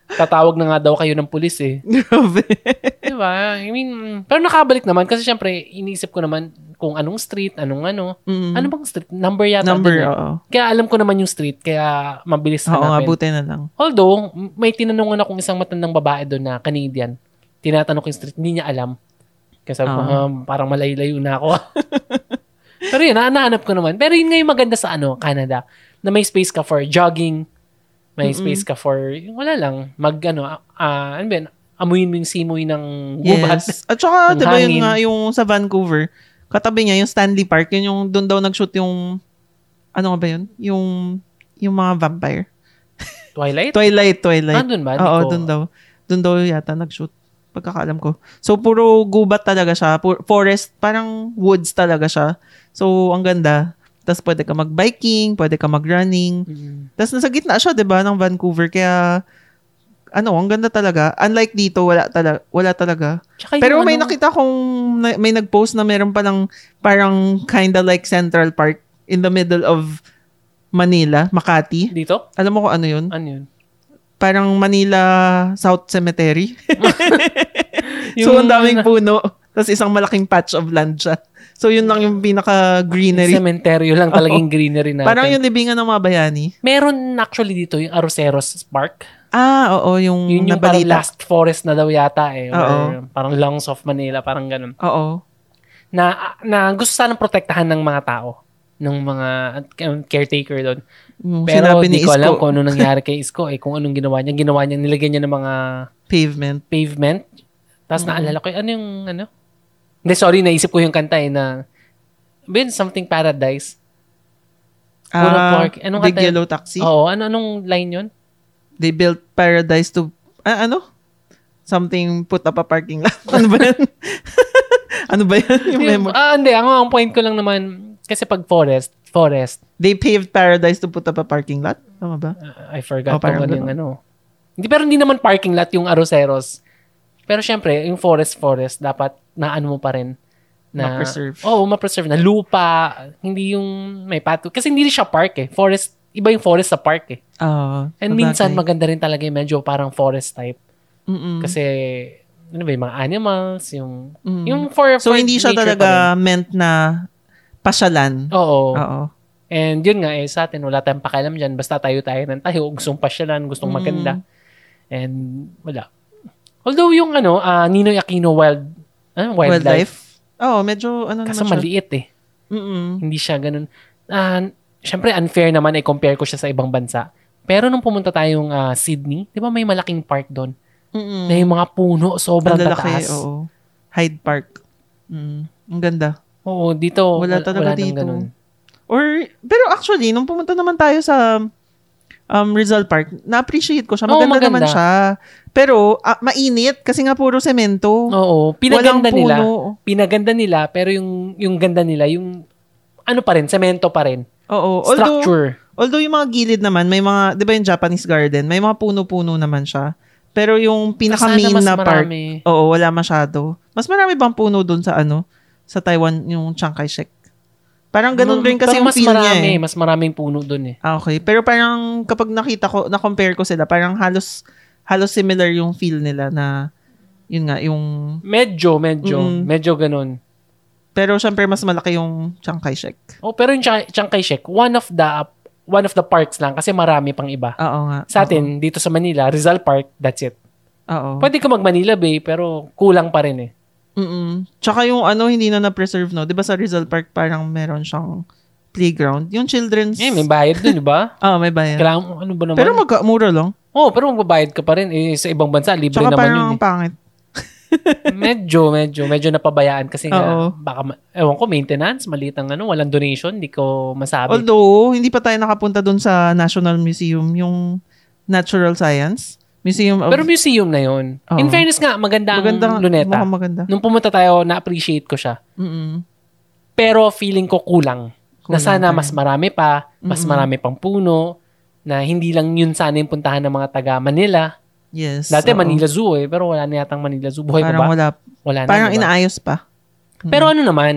[SPEAKER 1] tatawag na nga daw kayo ng pulis eh.
[SPEAKER 2] Grabe.
[SPEAKER 1] Di ba? I mean, mm, pero nakabalik naman kasi syempre iniisip ko naman kung anong street, anong ano.
[SPEAKER 2] Mm.
[SPEAKER 1] Ano bang street? Number yata.
[SPEAKER 2] Number,
[SPEAKER 1] dun eh.
[SPEAKER 2] oo.
[SPEAKER 1] Kaya alam ko naman yung street kaya mabilis
[SPEAKER 2] Oo nga,
[SPEAKER 1] hanapin.
[SPEAKER 2] buti na lang.
[SPEAKER 1] Although, m- may tinanungan akong isang matandang babae doon na Canadian. Tinatanong ko yung street, hindi niya alam. Kasi sabi ko,
[SPEAKER 2] Ah.
[SPEAKER 1] "Um, parang malayo-layo na ako. pero yun, na- nahanap ko naman. Pero yun nga yung maganda sa ano, Canada, na may space ka for jogging, may
[SPEAKER 2] Mm-mm.
[SPEAKER 1] space ka for, wala lang, mag ano, ah, ano ba yun, amuyin mo yung simoy ng gubat.
[SPEAKER 2] Yes. At saka,
[SPEAKER 1] Ang
[SPEAKER 2] di ba yun
[SPEAKER 1] hangin.
[SPEAKER 2] nga, yung sa Vancouver, katabi niya, yung Stanley Park, yun yung doon daw nag-shoot yung, ano nga ba yun? Yung, yung mga vampire.
[SPEAKER 1] Twilight?
[SPEAKER 2] Twilight, Twilight.
[SPEAKER 1] Andun Ano ba? Hindi
[SPEAKER 2] Oo,
[SPEAKER 1] ko-
[SPEAKER 2] doon daw. Doon daw yata nag-shoot. Pagkakaalam ko. So, puro gubat talaga siya. Pu- forest, parang woods talaga siya. So, ang ganda. Tapos, pwede ka mag-biking, pwede ka mag-running.
[SPEAKER 1] Mm.
[SPEAKER 2] Tapos, nasa gitna siya, di ba, ng Vancouver. Kaya, ano, ang ganda talaga. Unlike dito, wala, tala- wala talaga.
[SPEAKER 1] Tsaka yung
[SPEAKER 2] Pero may
[SPEAKER 1] ano-
[SPEAKER 2] nakita kong, na- may nag-post na meron palang, parang kinda like Central Park in the middle of Manila, Makati.
[SPEAKER 1] Dito?
[SPEAKER 2] Alam mo kung ano yun?
[SPEAKER 1] Ano yun?
[SPEAKER 2] parang Manila South Cemetery. so, ang daming puno. Tapos isang malaking patch of land siya. So, yun lang yung pinaka-greenery.
[SPEAKER 1] Cementerio lang talagang greenery natin.
[SPEAKER 2] Parang yung libingan ng mga bayani.
[SPEAKER 1] Meron actually dito yung Aroseros Park.
[SPEAKER 2] Ah, oo, yung,
[SPEAKER 1] Yun yung parang
[SPEAKER 2] nabalita.
[SPEAKER 1] last forest na daw yata eh. or
[SPEAKER 2] Oo.
[SPEAKER 1] parang lungs of Manila, parang ganun.
[SPEAKER 2] Oo.
[SPEAKER 1] Na, na gusto sanang protektahan ng mga tao. nung mga um, caretaker doon.
[SPEAKER 2] Yung
[SPEAKER 1] Pero
[SPEAKER 2] sinabi
[SPEAKER 1] hindi
[SPEAKER 2] ni
[SPEAKER 1] ko alam
[SPEAKER 2] Isko,
[SPEAKER 1] kung ano nangyari kay Isko. Eh, kung anong ginawa niya. Ginawa niya, nilagay niya ng mga
[SPEAKER 2] pavement.
[SPEAKER 1] pavement. Tapos
[SPEAKER 2] Mm-hmm.
[SPEAKER 1] naalala ko, ano yung, ano? Hindi, sorry, naisip ko yung kanta eh, na, been something paradise. Puro
[SPEAKER 2] Ah,
[SPEAKER 1] park. Ano Anong
[SPEAKER 2] Big
[SPEAKER 1] kanta yun?
[SPEAKER 2] Yellow Taxi.
[SPEAKER 1] Oo, ano, anong line yun?
[SPEAKER 2] They built paradise to, ah, ano? Something put up a parking lot. Ano ba yan? ano ba yan? Yung
[SPEAKER 1] Yung-
[SPEAKER 2] memo.
[SPEAKER 1] Ah, hindi. Ang, ang point ko lang naman, kasi pag forest, forest,
[SPEAKER 2] They paved paradise to put up a parking lot. Tama ba?
[SPEAKER 1] uh, I forgot
[SPEAKER 2] Oh,
[SPEAKER 1] kung
[SPEAKER 2] parang
[SPEAKER 1] ano yung
[SPEAKER 2] ganun.
[SPEAKER 1] ano. Hindi, pero hindi naman parking lot yung Aroseros. Pero syempre, yung forest, forest, dapat na ano mo pa rin. Na,
[SPEAKER 2] Ma-preserve.
[SPEAKER 1] Oo, ma-preserve. Na lupa, hindi yung may pato. Kasi hindi rin siya park eh. Forest, iba yung forest sa park eh.
[SPEAKER 2] Ah,
[SPEAKER 1] And
[SPEAKER 2] sabagay.
[SPEAKER 1] minsan maganda rin talaga yung medyo parang forest type.
[SPEAKER 2] Mm-mm.
[SPEAKER 1] Kasi, ano ba, yung mga animals, yung,
[SPEAKER 2] Mm.
[SPEAKER 1] yung for,
[SPEAKER 2] so,
[SPEAKER 1] for
[SPEAKER 2] hindi siya
[SPEAKER 1] nature pa rin. Oh.
[SPEAKER 2] talaga Ah. meant na pasyalan.
[SPEAKER 1] Oo.
[SPEAKER 2] Oo.
[SPEAKER 1] And yun nga, eh, sa atin, wala tayong pakialam dyan. Basta tayo tayo ng tayo. Gustong pasyalan, gustong
[SPEAKER 2] Mm.
[SPEAKER 1] maganda. And wala. Although yung ano, ah, Ninoy Aquino Wild, ano, wildlife,
[SPEAKER 2] Wildlife. Oo, medyo ano
[SPEAKER 1] kasi
[SPEAKER 2] naman siya.
[SPEAKER 1] maliit eh.
[SPEAKER 2] Mm-mm.
[SPEAKER 1] Hindi siya ganun. Ah, Siyempre, unfair naman eh, compare ko siya sa ibang bansa. Pero nung pumunta tayong ah, Sydney, di ba may malaking park doon?
[SPEAKER 2] Mm-mm.
[SPEAKER 1] Na yung mga puno, sobrang
[SPEAKER 2] Ang lalaki,
[SPEAKER 1] tataas. Oo.
[SPEAKER 2] oo. Hyde Park. Mm. Ang ganda.
[SPEAKER 1] dito,
[SPEAKER 2] Wala
[SPEAKER 1] wala,
[SPEAKER 2] talaga
[SPEAKER 1] wala nang
[SPEAKER 2] dito.
[SPEAKER 1] ganun.
[SPEAKER 2] Or, pero actually, nung pumunta naman tayo sa um, Rizal Park, na-appreciate ko siya.
[SPEAKER 1] Oo,
[SPEAKER 2] Maganda, naman
[SPEAKER 1] maganda.
[SPEAKER 2] siya. Pero, ah, mainit kasi nga puro semento.
[SPEAKER 1] Oo,
[SPEAKER 2] Walang
[SPEAKER 1] pinaganda nila.
[SPEAKER 2] puno.
[SPEAKER 1] Pinaganda nila, pero yung yung ganda nila, yung ano pa rin, semento pa rin.
[SPEAKER 2] Oo. Although,
[SPEAKER 1] Structure.
[SPEAKER 2] Although yung mga gilid naman, may mga, di ba yung Japanese garden, may mga puno-puno naman siya. Pero yung
[SPEAKER 1] Sana
[SPEAKER 2] pinaka-main
[SPEAKER 1] mas
[SPEAKER 2] na park,
[SPEAKER 1] marami.
[SPEAKER 2] oo, wala masyado. Mas marami bang puno dun sa ano? Sa Taiwan, yung Chiang Kai-shek. Parang ganun
[SPEAKER 1] Pero
[SPEAKER 2] rin kasi yung
[SPEAKER 1] mas
[SPEAKER 2] feel
[SPEAKER 1] marami,
[SPEAKER 2] niya eh.
[SPEAKER 1] Mas maraming puno doon eh.
[SPEAKER 2] Ah, okay. Pero parang kapag nakita ko, na-compare ko sila, parang halos, halos similar yung feel nila na, yun nga, yung,
[SPEAKER 1] Medyo, medyo.
[SPEAKER 2] Mm.
[SPEAKER 1] Medyo ganun.
[SPEAKER 2] pero syempre mas malaki yung Chiang Kai-shek.
[SPEAKER 1] Oh, pero yung Chiang Chiang Kai-shek, one of the one of the parks lang kasi marami pang iba.
[SPEAKER 2] Oo nga.
[SPEAKER 1] Sa atin, dito sa Manila, Rizal Park, that's it.
[SPEAKER 2] Oo.
[SPEAKER 1] Pwede ka mag Manila Bay, pero kulang pa rin eh.
[SPEAKER 2] Mm-mm. Tsaka yung ano, hindi na na-preserve, no? 'Di ba sa Rizal Park parang meron siyang playground? Yung children's...
[SPEAKER 1] Eh, may bayad dun, di ba?
[SPEAKER 2] Ah, may bayan.
[SPEAKER 1] Kailangan, ano ba naman?
[SPEAKER 2] Pero magka mura lang.
[SPEAKER 1] oh, pero magbabayad ka pa rin. Eh, sa ibang bansa, libre
[SPEAKER 2] Tsaka
[SPEAKER 1] naman
[SPEAKER 2] parang
[SPEAKER 1] yun eh.
[SPEAKER 2] ang pangit.
[SPEAKER 1] medyo, medyo, medyo napabayaan kasi nga,
[SPEAKER 2] Oo.
[SPEAKER 1] baka, ma- ewan ko, maintenance, maliit ang ano, walang donation, di ko masabi.
[SPEAKER 2] Although, hindi pa tayo nakapunta dun sa National Museum, yung Natural Science. Museum of...
[SPEAKER 1] Pero museum na yun.
[SPEAKER 2] um, Oo.
[SPEAKER 1] In fairness nga, maganda ang
[SPEAKER 2] maganda,
[SPEAKER 1] luneta.
[SPEAKER 2] Mukhang maganda.
[SPEAKER 1] Nung pumunta tayo, na-appreciate ko siya.
[SPEAKER 2] Mm-mm.
[SPEAKER 1] Pero feeling ko kulang. na
[SPEAKER 2] Kulang
[SPEAKER 1] sana
[SPEAKER 2] pa
[SPEAKER 1] mas marami pa, mas
[SPEAKER 2] Mm-mm.
[SPEAKER 1] marami pang puno, na hindi lang yun sana yung puntahan ng mga taga Manila.
[SPEAKER 2] Yes.
[SPEAKER 1] Dati
[SPEAKER 2] oo.
[SPEAKER 1] Manila Zoo eh, pero wala na yatang Manila Zoo. Buhay
[SPEAKER 2] Parang
[SPEAKER 1] pa ba?
[SPEAKER 2] wala.
[SPEAKER 1] Wala na.
[SPEAKER 2] Parang
[SPEAKER 1] di ba?
[SPEAKER 2] inaayos pa.
[SPEAKER 1] Pero
[SPEAKER 2] Mm.
[SPEAKER 1] ano naman,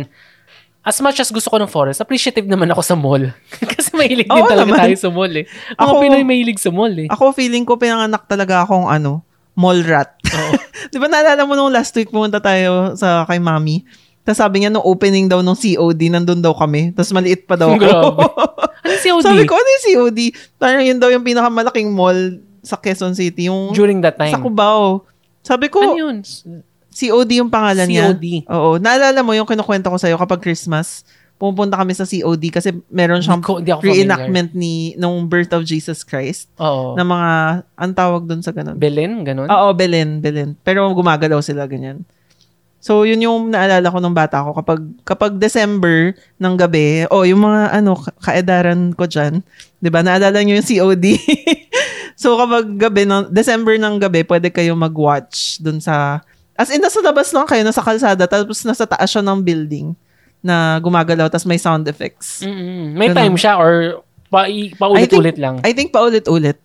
[SPEAKER 1] as much as gusto ko ng forest, appreciative naman ako sa mall. Kasi mahilig din
[SPEAKER 2] Oo
[SPEAKER 1] talaga
[SPEAKER 2] naman.
[SPEAKER 1] tayo sa mall eh. Ang mga
[SPEAKER 2] Ako-
[SPEAKER 1] Pinoy mahilig sa mall eh.
[SPEAKER 2] Ako feeling ko pinanganak talaga akong ano, mall rat.
[SPEAKER 1] Oo.
[SPEAKER 2] Di ba naalala mo nung last week pumunta tayo sa kay mami? Tapos sabi niya nung opening daw nung COD, nandun daw kami. Tapos maliit pa daw
[SPEAKER 1] Grabe.
[SPEAKER 2] ako.
[SPEAKER 1] Ano si OD?
[SPEAKER 2] sabi ko, ano yung COD? Parang yun daw yung pinakamalaking mall sa Quezon City. Yung
[SPEAKER 1] During that time.
[SPEAKER 2] sa Cubao. Sabi ko,
[SPEAKER 1] ano yun?
[SPEAKER 2] COD yung pangalan niya.
[SPEAKER 1] COD.
[SPEAKER 2] Oo. Naalala mo yung kinukwento ko sa'yo kapag Christmas, pumupunta kami sa COD kasi meron
[SPEAKER 1] Hindi
[SPEAKER 2] siyang
[SPEAKER 1] ko, hindi ako familiar.
[SPEAKER 2] reenactment ni nung birth of Jesus Christ
[SPEAKER 1] Oo.
[SPEAKER 2] na Ah. mga ang tawag doon sa ganun.
[SPEAKER 1] Belen, ganun.
[SPEAKER 2] Oo, Belen, Belen. Pero gumagalaw sila ganyan. So, yun yung naalala ko nung bata ko. Kapag, kapag December ng gabi, oh, yung mga ano, ka- kaedaran ko dyan, di ba, naalala nyo yung COD. so, kapag gabi, ng, December ng gabi, pwede kayo mag-watch dun sa, as in, nasa labas lang kayo, nasa kalsada, tapos nasa taas siya ng building na gumagalaw, tapos may sound effects.
[SPEAKER 1] Mm-mm. May
[SPEAKER 2] Ganun.
[SPEAKER 1] time siya or pa, i- paulit-ulit lang.
[SPEAKER 2] I think paulit-ulit.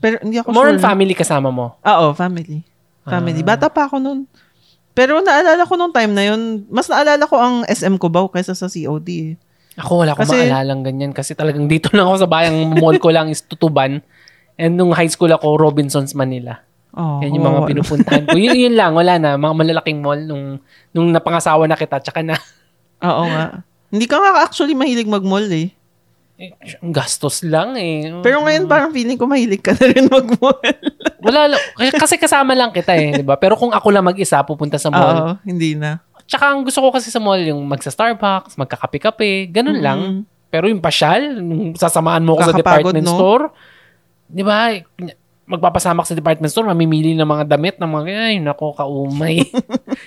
[SPEAKER 2] Pero hindi ako
[SPEAKER 1] Mm. More
[SPEAKER 2] sure.
[SPEAKER 1] on family kasama mo.
[SPEAKER 2] Oo, Ah, oh, family. Family.
[SPEAKER 1] Ah.
[SPEAKER 2] Bata pa ako nun. Pero naalala ko nung time na yun, mas naalala ko ang SM Cubao kaysa sa COD eh.
[SPEAKER 1] Ako wala akong
[SPEAKER 2] Kasi-
[SPEAKER 1] maalalang ganyan kasi talagang dito lang ako sa bayang mall ko lang is Tutuban. And nung high school ako, Robinsons, Manila.
[SPEAKER 2] Oh,
[SPEAKER 1] Yan yung mga
[SPEAKER 2] kawawa.
[SPEAKER 1] pinupuntahan ko. Yun, yun lang, wala na. Mga malalaking mall nung, nung napangasawa na kita, tsaka na,
[SPEAKER 2] Oo nga. Hindi ka nga actually mahilig mag-mall eh.
[SPEAKER 1] eh, ang gastos lang eh.
[SPEAKER 2] Pero ngayon parang feeling ko mahilig ka na rin mag-mall.
[SPEAKER 1] Wala lang. Kasi kasama lang kita eh, di ba? Pero kung ako lang mag-isa, pupunta sa mall,
[SPEAKER 2] Oo, hindi na.
[SPEAKER 1] Tsaka ang gusto ko kasi sa mall, yung magsa-Starbucks, magkakape-kape, ganun Ano lang.
[SPEAKER 2] Mm-mm.
[SPEAKER 1] Pero yung pasyal, nung sasamaan mo ako sa
[SPEAKER 2] Kakapagod,
[SPEAKER 1] department
[SPEAKER 2] Mm. no?
[SPEAKER 1] store, di ba, magpapasama ka sa department store, mamimili ng mga damit, ng mga, ay, nako, kaumay.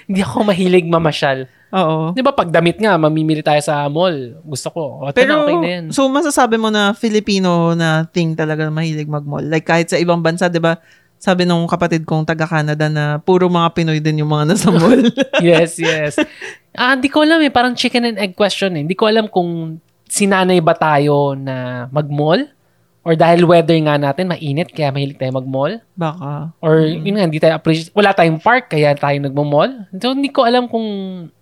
[SPEAKER 1] Hindi ako mahilig mamasyal.
[SPEAKER 2] Oo.
[SPEAKER 1] Di ba, pag damit nga, mamimili tayo sa mall. Gusto ko. O, Pero,
[SPEAKER 2] Pero,
[SPEAKER 1] okay na yan.
[SPEAKER 2] so masasabi mo na Filipino na thing talaga na mahilig mag-mall. Like kahit sa ibang bansa, di ba, sabi nung kapatid kong taga-Canada na puro mga Pinoy din yung mga nasa mall.
[SPEAKER 1] yes, yes. Ah, hindi ko alam eh. Parang chicken and egg question eh. Hindi ko alam kung sinanay ba tayo na mag-mall or dahil weather nga natin, mainit, kaya mahilig tayo mag-mall.
[SPEAKER 2] Baka.
[SPEAKER 1] Or yun nga, hindi tayo appreciate. Wala tayong park, kaya tayo nagmo-mall. So, hindi ko alam kung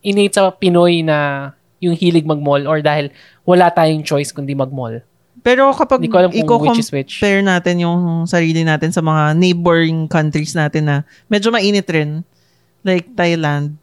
[SPEAKER 1] innate sa Pinoy na yung hilig mag-mall or dahil wala tayong choice kundi mag-mall.
[SPEAKER 2] Pero kapag
[SPEAKER 1] Hindi ko alam kung
[SPEAKER 2] i-compare
[SPEAKER 1] which is which.
[SPEAKER 2] natin yung sarili natin sa mga neighboring countries natin na medyo mainit rin. Like Thailand.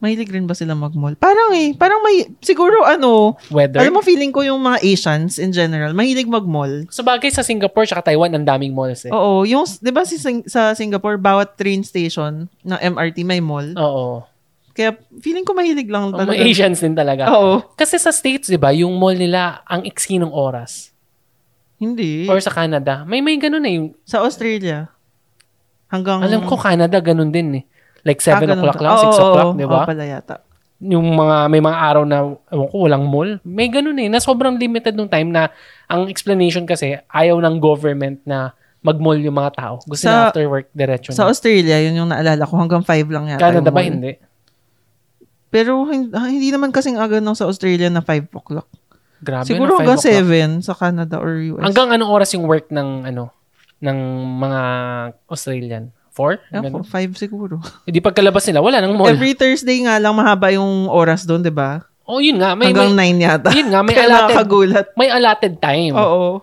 [SPEAKER 2] Mahilig rin ba sila mag-mall? Parang eh. Parang may, siguro ano,
[SPEAKER 1] Weather.
[SPEAKER 2] alam mo feeling ko yung mga Asians in general, mahilig mag-mall.
[SPEAKER 1] sa bagay sa Singapore at Taiwan, ang daming malls eh.
[SPEAKER 2] Oo, yung, di ba si, Sing- sa Singapore, bawat train station ng MRT may mall.
[SPEAKER 1] Oo.
[SPEAKER 2] Kaya feeling ko mahilig
[SPEAKER 1] Mga
[SPEAKER 2] lang talaga.
[SPEAKER 1] Asians din talaga.
[SPEAKER 2] Oo,
[SPEAKER 1] Kasi sa States, di ba, yung mall nila, ang iksi ng oras.
[SPEAKER 2] hindi.
[SPEAKER 1] Or sa Canada, may may ganun eh. Yung-
[SPEAKER 2] sa Australia. Hanggang...
[SPEAKER 1] Alam ko, Canada, ganun din eh. Like
[SPEAKER 2] Ah,
[SPEAKER 1] 7
[SPEAKER 2] ganun
[SPEAKER 1] o'clock
[SPEAKER 2] ka.
[SPEAKER 1] lang, 6
[SPEAKER 2] Oo, oo,
[SPEAKER 1] o'clock, di
[SPEAKER 2] oo,
[SPEAKER 1] ba?
[SPEAKER 2] pala yata.
[SPEAKER 1] yung mga may mga araw na ewan ko walang mall. May ganun eh na sobrang limited nung time na ang explanation kasi ayaw ng government na mag-mall yung mga tao. Gusto na
[SPEAKER 2] Sa-
[SPEAKER 1] after work diretso
[SPEAKER 2] Sa
[SPEAKER 1] na.
[SPEAKER 2] Australia, yun yung naalala ko. Hanggang 5 lang yata.
[SPEAKER 1] Canada
[SPEAKER 2] yung
[SPEAKER 1] ba
[SPEAKER 2] mall.
[SPEAKER 1] hindi?
[SPEAKER 2] Pero hin- ah, hindi naman kasing aga nung sa Australia na 5 o'clock.
[SPEAKER 1] Grabe na,
[SPEAKER 2] Siguro hanggang
[SPEAKER 1] 7.
[SPEAKER 2] 7 sa Canada or US.
[SPEAKER 1] Hanggang anong oras yung work ng ano ng mga Australian? 4?
[SPEAKER 2] Ako, 5 siguro.
[SPEAKER 1] Hindi pagkalabas nila wala nang mall.
[SPEAKER 2] Every Thursday nga lang mahaba yung oras doon, di ba?
[SPEAKER 1] oh, yun nga may,
[SPEAKER 2] Hanggang
[SPEAKER 1] may
[SPEAKER 2] 9 yata.
[SPEAKER 1] yun nga may
[SPEAKER 2] Kaya
[SPEAKER 1] allotted Diba?
[SPEAKER 2] nakakagulat.
[SPEAKER 1] may allotted time.
[SPEAKER 2] Oo.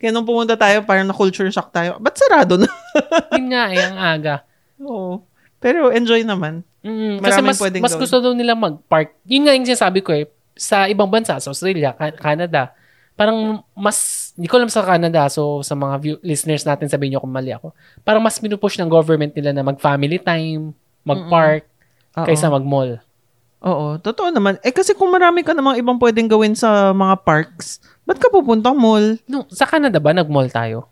[SPEAKER 2] Kaya nung pumunta tayo, parang na-culture shock tayo. Ba't sarado na?
[SPEAKER 1] Yun nga eh ang aga.
[SPEAKER 2] Oo. Pero enjoy naman.
[SPEAKER 1] Mm, kasi
[SPEAKER 2] Maraming
[SPEAKER 1] mas,
[SPEAKER 2] pwedeng
[SPEAKER 1] mas
[SPEAKER 2] gawin.
[SPEAKER 1] gusto daw nila mag-park. Yun nga yung sinasabi ko eh. Sa ibang bansa, sa Australia, Ca- Canada, parang mas, hindi ko alam sa Canada, so sa mga view, listeners natin, sabihin nyo kung mali ako. Parang mas minupush ng government nila na mag-family time, mag-park,
[SPEAKER 2] Oo.
[SPEAKER 1] kaysa mag-mall.
[SPEAKER 2] Oo. Totoo naman. Eh kasi kung marami ka namang ibang pwedeng gawin sa mga parks, ba't ka pupunta mall?
[SPEAKER 1] No, sa Canada ba, nag-mall tayo?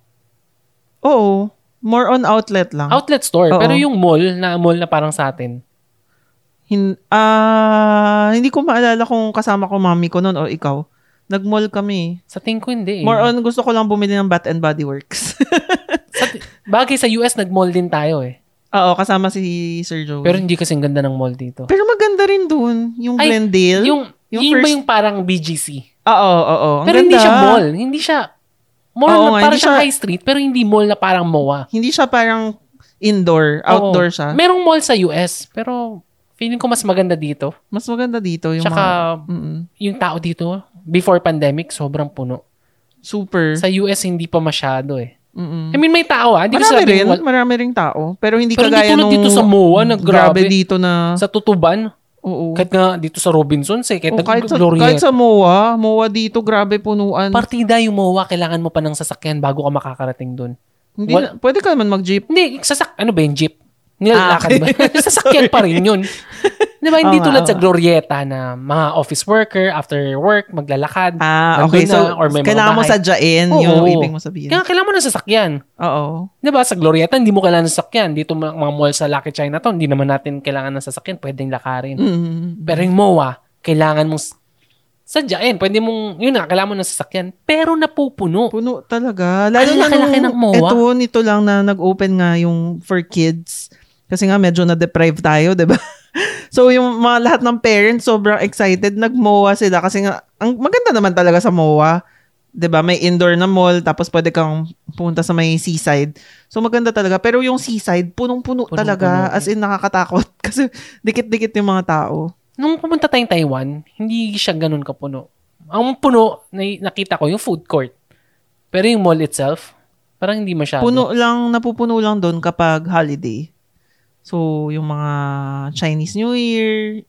[SPEAKER 2] Oo. Oh, More on outlet lang.
[SPEAKER 1] Outlet store,
[SPEAKER 2] Ah. Oo.
[SPEAKER 1] pero yung mall, na mall na parang sa atin.
[SPEAKER 2] Hin- ah, hindi ko maalala kung kasama ko mami ko noon o ikaw. Nag-mall kami.
[SPEAKER 1] Sa tingin ko hindi eh.
[SPEAKER 2] More on gusto ko lang bumili ng Bath and Body Works.
[SPEAKER 1] Bagay sa US, nag-mall din tayo eh.
[SPEAKER 2] Oo, kasama si Sir Joey.
[SPEAKER 1] Pero
[SPEAKER 2] Pero,
[SPEAKER 1] hindi kasing ganda ng mall dito.
[SPEAKER 2] maganda rin dun. Yung
[SPEAKER 1] Ay,
[SPEAKER 2] Glendale.
[SPEAKER 1] Yung, yung,
[SPEAKER 2] Yung
[SPEAKER 1] yun ba
[SPEAKER 2] first-
[SPEAKER 1] yung parang BGC?
[SPEAKER 2] Oo, oo, oo. Ang
[SPEAKER 1] pero hindi
[SPEAKER 2] ganda.
[SPEAKER 1] siya mall. Hindi siya, mall
[SPEAKER 2] Oo
[SPEAKER 1] na
[SPEAKER 2] nga,
[SPEAKER 1] parang
[SPEAKER 2] hindi
[SPEAKER 1] siya,
[SPEAKER 2] siya-
[SPEAKER 1] high street, pero hindi mall na parang MOA.
[SPEAKER 2] Hindi siya parang indoor,
[SPEAKER 1] Oo.
[SPEAKER 2] outdoor siya.
[SPEAKER 1] Merong mall sa US, pero feeling ko mas maganda dito.
[SPEAKER 2] Mas maganda dito yung
[SPEAKER 1] Tsaka,
[SPEAKER 2] mga... Mm-mm.
[SPEAKER 1] yung tao dito, before pandemic, sobrang puno.
[SPEAKER 2] Super.
[SPEAKER 1] Sa US, hindi pa masyado eh.
[SPEAKER 2] Mm-mm.
[SPEAKER 1] I mean, may tao ah. Hindi ko
[SPEAKER 2] marami
[SPEAKER 1] sabi,
[SPEAKER 2] rin,
[SPEAKER 1] wal-
[SPEAKER 2] marami ring tao. Pero hindi
[SPEAKER 1] Pero hindi
[SPEAKER 2] kagaya
[SPEAKER 1] tulad
[SPEAKER 2] nung...
[SPEAKER 1] dito sa MOA na grabe.
[SPEAKER 2] dito na...
[SPEAKER 1] sa tutuban,
[SPEAKER 2] oo.
[SPEAKER 1] kahit nga dito sa Robinsons eh, kahit,
[SPEAKER 2] Oo, Oh, kahit, sa,
[SPEAKER 1] Glorieta.
[SPEAKER 2] kahit sa MOA, MOA dito, grabe punuan.
[SPEAKER 1] Partida yung MOA, kailangan mo pa ng sasakyan bago ka makakarating doon.
[SPEAKER 2] hindi
[SPEAKER 1] wal-
[SPEAKER 2] na- pwede ka naman mag-jeep.
[SPEAKER 1] Hindi, sasak, ano ba yung jeep? Nilalakad
[SPEAKER 2] Ah,
[SPEAKER 1] ba? Sasakyan pa rin yun. Di ba, hindi
[SPEAKER 2] Oo nga,
[SPEAKER 1] tulad
[SPEAKER 2] oo
[SPEAKER 1] sa
[SPEAKER 2] nga.
[SPEAKER 1] Glorieta na mga office worker, after work, maglalakad.
[SPEAKER 2] Ah,
[SPEAKER 1] Nandun
[SPEAKER 2] okay.
[SPEAKER 1] na,
[SPEAKER 2] so,
[SPEAKER 1] or may mga
[SPEAKER 2] kailangan mo
[SPEAKER 1] bahay.
[SPEAKER 2] sadyain
[SPEAKER 1] Oo.
[SPEAKER 2] yung ibig mo sabihin.
[SPEAKER 1] Kaya kailangan mo ng sasakyan.
[SPEAKER 2] Oo.
[SPEAKER 1] Di ba, sa Glorieta, hindi mo kailangan ng sasakyan. Dito mga, mga mall sa Lucky Chinatown, hindi naman natin kailangan ng sasakyan. Pwedeng lakarin.
[SPEAKER 2] Mm.
[SPEAKER 1] Pero yung MOA, kailangan mong s- sadyain. Pwede mong, yun na, kailangan mo ng sasakyan. Pero napupuno.
[SPEAKER 2] Puno talaga.
[SPEAKER 1] Ang
[SPEAKER 2] Lalo na
[SPEAKER 1] laki-laki ng
[SPEAKER 2] nung-
[SPEAKER 1] MOA.
[SPEAKER 2] Eto, nito lang na nag-open nga yung for kids. Kasi nga medyo na-deprive tayo, di ba? so yung mga lahat ng parents sobrang excited. Nag-MOA sila kasi nga, ang maganda naman talaga sa MOA. Di ba? May indoor na mall, tapos pwede kang pumunta sa may seaside. So maganda talaga. Pero yung seaside, punong-puno
[SPEAKER 1] Punong-puno,
[SPEAKER 2] talaga.
[SPEAKER 1] eh.
[SPEAKER 2] As in, nakakatakot. Kasi dikit-dikit yung mga tao.
[SPEAKER 1] Nung pumunta tayong Taiwan, hindi siya ganun kapuno. Ang puno, na, nakita ko, yung food court. Pero yung mall itself, parang hindi masyado.
[SPEAKER 2] Puno lang, napupuno lang doon kapag holiday. So, yung mga Chinese New Year.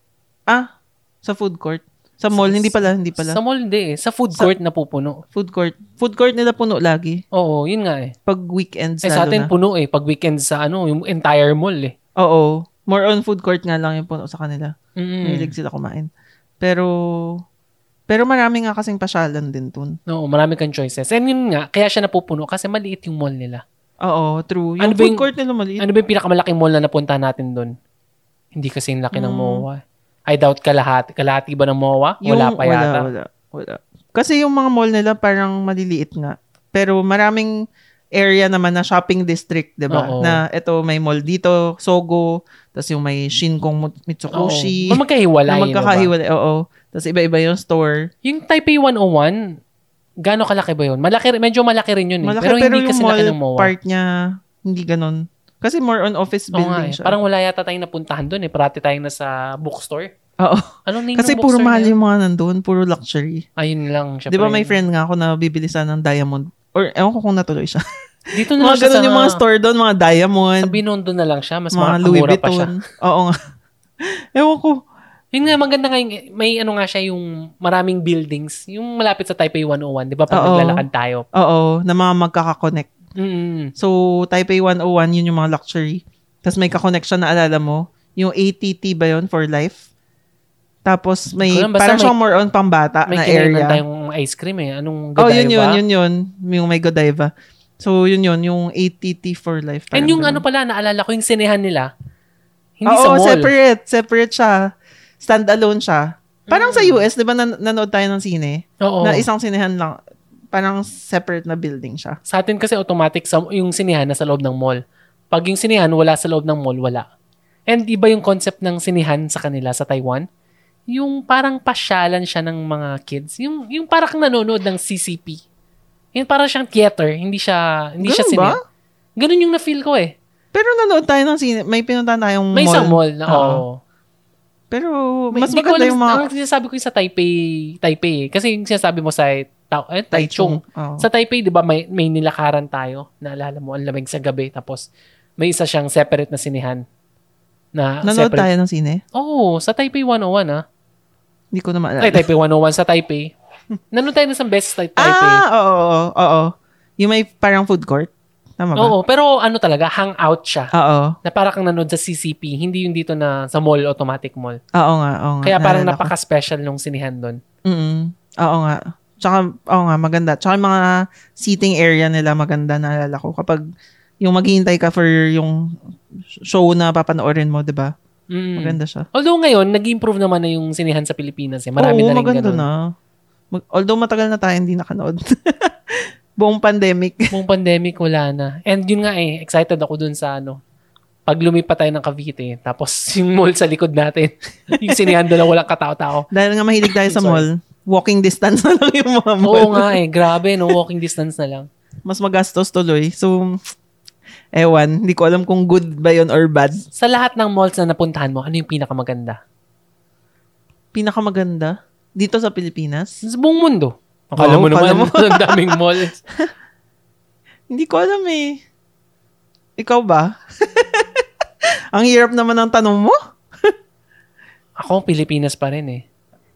[SPEAKER 2] Ah, sa food court. Sa mall,
[SPEAKER 1] Sa-
[SPEAKER 2] hindi pala, hindi
[SPEAKER 1] Sa
[SPEAKER 2] pala.
[SPEAKER 1] mall, hindi eh. Sa food
[SPEAKER 2] Sa-
[SPEAKER 1] court napupuno.
[SPEAKER 2] Food court. Food court nila puno lagi.
[SPEAKER 1] Oo, yun nga eh.
[SPEAKER 2] Pag weekends
[SPEAKER 1] Eh, sa
[SPEAKER 2] lalo
[SPEAKER 1] atin
[SPEAKER 2] na.
[SPEAKER 1] puno eh. Pag weekend sa ano, yung entire mall eh.
[SPEAKER 2] Oo. More on food court nga lang yung puno sa kanila.
[SPEAKER 1] Mm.
[SPEAKER 2] Mahilig sila kumain. Pero, pero marami nga kasing pasyalan din dun.
[SPEAKER 1] Oo, marami kang choices. And yun nga, kaya siya napupuno kasi maliit yung mall nila.
[SPEAKER 2] Oo, true. Yung
[SPEAKER 1] Ano ba
[SPEAKER 2] food
[SPEAKER 1] yung-
[SPEAKER 2] court nila maliit.
[SPEAKER 1] Ano ba yung pinakamalaking mall na napunta natin doon? Hindi kasi yung laki ng
[SPEAKER 2] Mm.
[SPEAKER 1] MOA. I doubt kalahati. Kalahati ba ng MOA?
[SPEAKER 2] Yung,
[SPEAKER 1] wala pa yata.
[SPEAKER 2] Wala, wala, wala. Kasi yung mga mall nila parang maliliit nga. Pero maraming area naman na shopping district, di ba?
[SPEAKER 1] Oo.
[SPEAKER 2] Na ito may mall dito, Sogo, tapos yung may Shinkong Mut-
[SPEAKER 1] Oo.
[SPEAKER 2] Mitsukoshi.
[SPEAKER 1] Mga magkahiwalay. no
[SPEAKER 2] na
[SPEAKER 1] ba?
[SPEAKER 2] magkakahiwalay. Oo. Tapos iba-iba yung store.
[SPEAKER 1] Yung Taipei 101, gaano kalaki ba yun? Malaki, medyo malaki rin yun eh.
[SPEAKER 2] Malaki,
[SPEAKER 1] pero,
[SPEAKER 2] pero,
[SPEAKER 1] hindi
[SPEAKER 2] yung
[SPEAKER 1] kasi
[SPEAKER 2] mall
[SPEAKER 1] laki ng MOA.
[SPEAKER 2] part niya, hindi ganun. Kasi more on office
[SPEAKER 1] Oo nga
[SPEAKER 2] building
[SPEAKER 1] eh.
[SPEAKER 2] siya.
[SPEAKER 1] Parang wala yata tayong napuntahan doon eh. Parati tayong nasa bookstore.
[SPEAKER 2] Oo.
[SPEAKER 1] Anong name
[SPEAKER 2] Kasi
[SPEAKER 1] ng
[SPEAKER 2] puro
[SPEAKER 1] bookstore
[SPEAKER 2] mahal
[SPEAKER 1] na yun?
[SPEAKER 2] yung mga nandun. Puro luxury.
[SPEAKER 1] Ayun lang.
[SPEAKER 2] Di ba may
[SPEAKER 1] syempre.
[SPEAKER 2] friend nga ako na bibili sana ng diamond? Or ewan ko kung natuloy siya.
[SPEAKER 1] Dito na lang Ano
[SPEAKER 2] mga
[SPEAKER 1] siya
[SPEAKER 2] ganun
[SPEAKER 1] sa,
[SPEAKER 2] yung mga store doon. Mga diamond.
[SPEAKER 1] sa Binondo na lang siya. Mas
[SPEAKER 2] mga
[SPEAKER 1] mga
[SPEAKER 2] Louis
[SPEAKER 1] mura pa siya.
[SPEAKER 2] Vuitton. Oo nga. Ewan ko.
[SPEAKER 1] Yun nga, maganda nga yung, may ano nga siya yung maraming buildings, yung malapit sa Taipei 101, di ba? Pag
[SPEAKER 2] Oo.
[SPEAKER 1] naglalakad tayo.
[SPEAKER 2] Oo. Na mga magkakakonect.
[SPEAKER 1] Mm-mm.
[SPEAKER 2] So, Taipei 101, yun yung mga luxury. Tapos may kakonect siya, naalala mo? Yung ATT ba yun for life? Tapos may,
[SPEAKER 1] Hindi ko alam, basta
[SPEAKER 2] parang
[SPEAKER 1] may-
[SPEAKER 2] siyang more on pambata
[SPEAKER 1] May
[SPEAKER 2] Ah, na
[SPEAKER 1] kinainan
[SPEAKER 2] area.
[SPEAKER 1] tayong ice cream eh. Anong
[SPEAKER 2] Oh,
[SPEAKER 1] Godiva?
[SPEAKER 2] yun yun, yun yun. Yung may Godiva. So, yun yun, yung ATT for life.
[SPEAKER 1] And
[SPEAKER 2] parang
[SPEAKER 1] yung ano
[SPEAKER 2] ganun.
[SPEAKER 1] pala, naalala ko yung sinehan nila. Hindi
[SPEAKER 2] Oo,
[SPEAKER 1] sa mall.
[SPEAKER 2] separate. Separate siya. Stand-alone siya.
[SPEAKER 1] Mm.
[SPEAKER 2] Parang sa US, di ba nan- nanood tayo ng sine?
[SPEAKER 1] Oo.
[SPEAKER 2] Na isang sinehan lang. Parang separate na building siya.
[SPEAKER 1] Sa atin kasi automatic sa, yung sinehan na sa loob ng mall. Pag yung sinehan wala sa loob ng mall, wala. And iba yung concept ng sinehan sa kanila sa Taiwan. Yung parang pasyalan siya ng mga kids. Yung, yung parang nanonood ng CCP. Yung parang siyang theater. Hindi siya, hindi siya
[SPEAKER 2] Ganun ba?
[SPEAKER 1] sinehan. Ganun yung na-feel ko eh.
[SPEAKER 2] Pero nanood tayo ng sine. May pinuntahan tayong
[SPEAKER 1] May isang mall na,
[SPEAKER 2] Oo.
[SPEAKER 1] oo.
[SPEAKER 2] Pero
[SPEAKER 1] May-
[SPEAKER 2] mas
[SPEAKER 1] hindi ko
[SPEAKER 2] maganda
[SPEAKER 1] alam-
[SPEAKER 2] yung mga
[SPEAKER 1] Ang sinasabi ko yung sa Taipei, Taipei eh. Kasi yung sinasabi mo sa Ta- eh, Taichung.
[SPEAKER 2] Oo.
[SPEAKER 1] Sa Taipei, di ba, may, may nilakaran tayo. Naalala mo, ang lamig sa gabi. Tapos, may isa siyang separate na sinihan. Na
[SPEAKER 2] Nanood
[SPEAKER 1] separate.
[SPEAKER 2] tayo ng sine?
[SPEAKER 1] Oo, oh, sa Taipei 101, ah.
[SPEAKER 2] Hindi ko na maalala.
[SPEAKER 1] Ay, Taipei 101 sa Taipei. Nanood tayo ng isang beses sa Taipei.
[SPEAKER 2] ah, oo, oo, oo. Yung may parang food court. Tama ba?
[SPEAKER 1] Oo,
[SPEAKER 2] Oo.
[SPEAKER 1] pero ano talaga, hangout siya. Na parang kang nanood sa CCP, hindi yung dito na sa mall, automatic mall.
[SPEAKER 2] Oo nga, oo nga.
[SPEAKER 1] Kaya parang
[SPEAKER 2] Ah, Naalala ko.
[SPEAKER 1] napaka-special nung sinihan doon.
[SPEAKER 2] Mm-mm. Oo nga. Tsaka, oo nga, maganda. Tsaka yung mga seating area nila maganda, naalala ko. Kapag yung maghihintay ka for yung show na papanoorin mo, di ba?
[SPEAKER 1] Mm.
[SPEAKER 2] Maganda siya.
[SPEAKER 1] Although ngayon, nag-improve naman na yung sinihan sa Pilipinas. Eh. Marami na
[SPEAKER 2] Oo,
[SPEAKER 1] rin
[SPEAKER 2] maganda
[SPEAKER 1] ganun.
[SPEAKER 2] na. Mag- although matagal na tayo hindi nakanood. Buong pandemic.
[SPEAKER 1] Buong pandemic, wala na. And yun nga eh, excited ako dun sa ano, pag lumipat tayo ng Cavite, tapos yung mall sa likod natin, yung sinihan doon na walang katao-tao.
[SPEAKER 2] Dahil nga mahilig tayo sa
[SPEAKER 1] Sorry.
[SPEAKER 2] mall, walking distance na lang yung mga mall.
[SPEAKER 1] Oo nga eh, grabe, no? Walking distance na lang.
[SPEAKER 2] Mas magastos tuloy. So, ewan, hindi ko alam kung good ba yun or bad.
[SPEAKER 1] Sa lahat ng malls na napuntahan mo, ano yung pinakamaganda?
[SPEAKER 2] Pinakamaganda dito sa Pilipinas?
[SPEAKER 1] Sa buong mundo. Akala
[SPEAKER 2] Oo,
[SPEAKER 1] mo naman,
[SPEAKER 2] akala mo.
[SPEAKER 1] ang daming malls.
[SPEAKER 2] Hindi ko alam eh. Ikaw ba? Ang hirap naman ng tanong mo.
[SPEAKER 1] Ako, Pilipinas pa rin eh.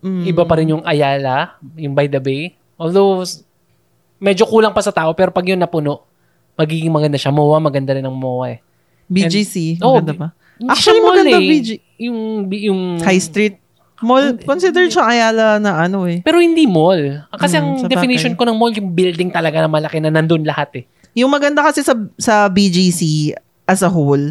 [SPEAKER 2] Mm.
[SPEAKER 1] Iba pa rin yung Ayala, yung By the Bay. Although, s- medyo kulang pa sa tao, pero pag yun napuno, magiging maganda siya. MOA, maganda rin ang MOA eh.
[SPEAKER 2] BGC.
[SPEAKER 1] Oh,
[SPEAKER 2] maganda pa.
[SPEAKER 1] Hindi
[SPEAKER 2] Actually,
[SPEAKER 1] siya mall
[SPEAKER 2] maganda
[SPEAKER 1] eh.
[SPEAKER 2] BG.
[SPEAKER 1] Yung, bi- yung...
[SPEAKER 2] High Street. Mall, considered siya Ayala na ano eh.
[SPEAKER 1] Pero hindi mall. Kasi
[SPEAKER 2] Hmm,
[SPEAKER 1] ang
[SPEAKER 2] sa bagay.
[SPEAKER 1] definition ko ng mall, yung building talaga na malaki na nandun lahat eh.
[SPEAKER 2] Yung maganda kasi sa sa BGC as a whole,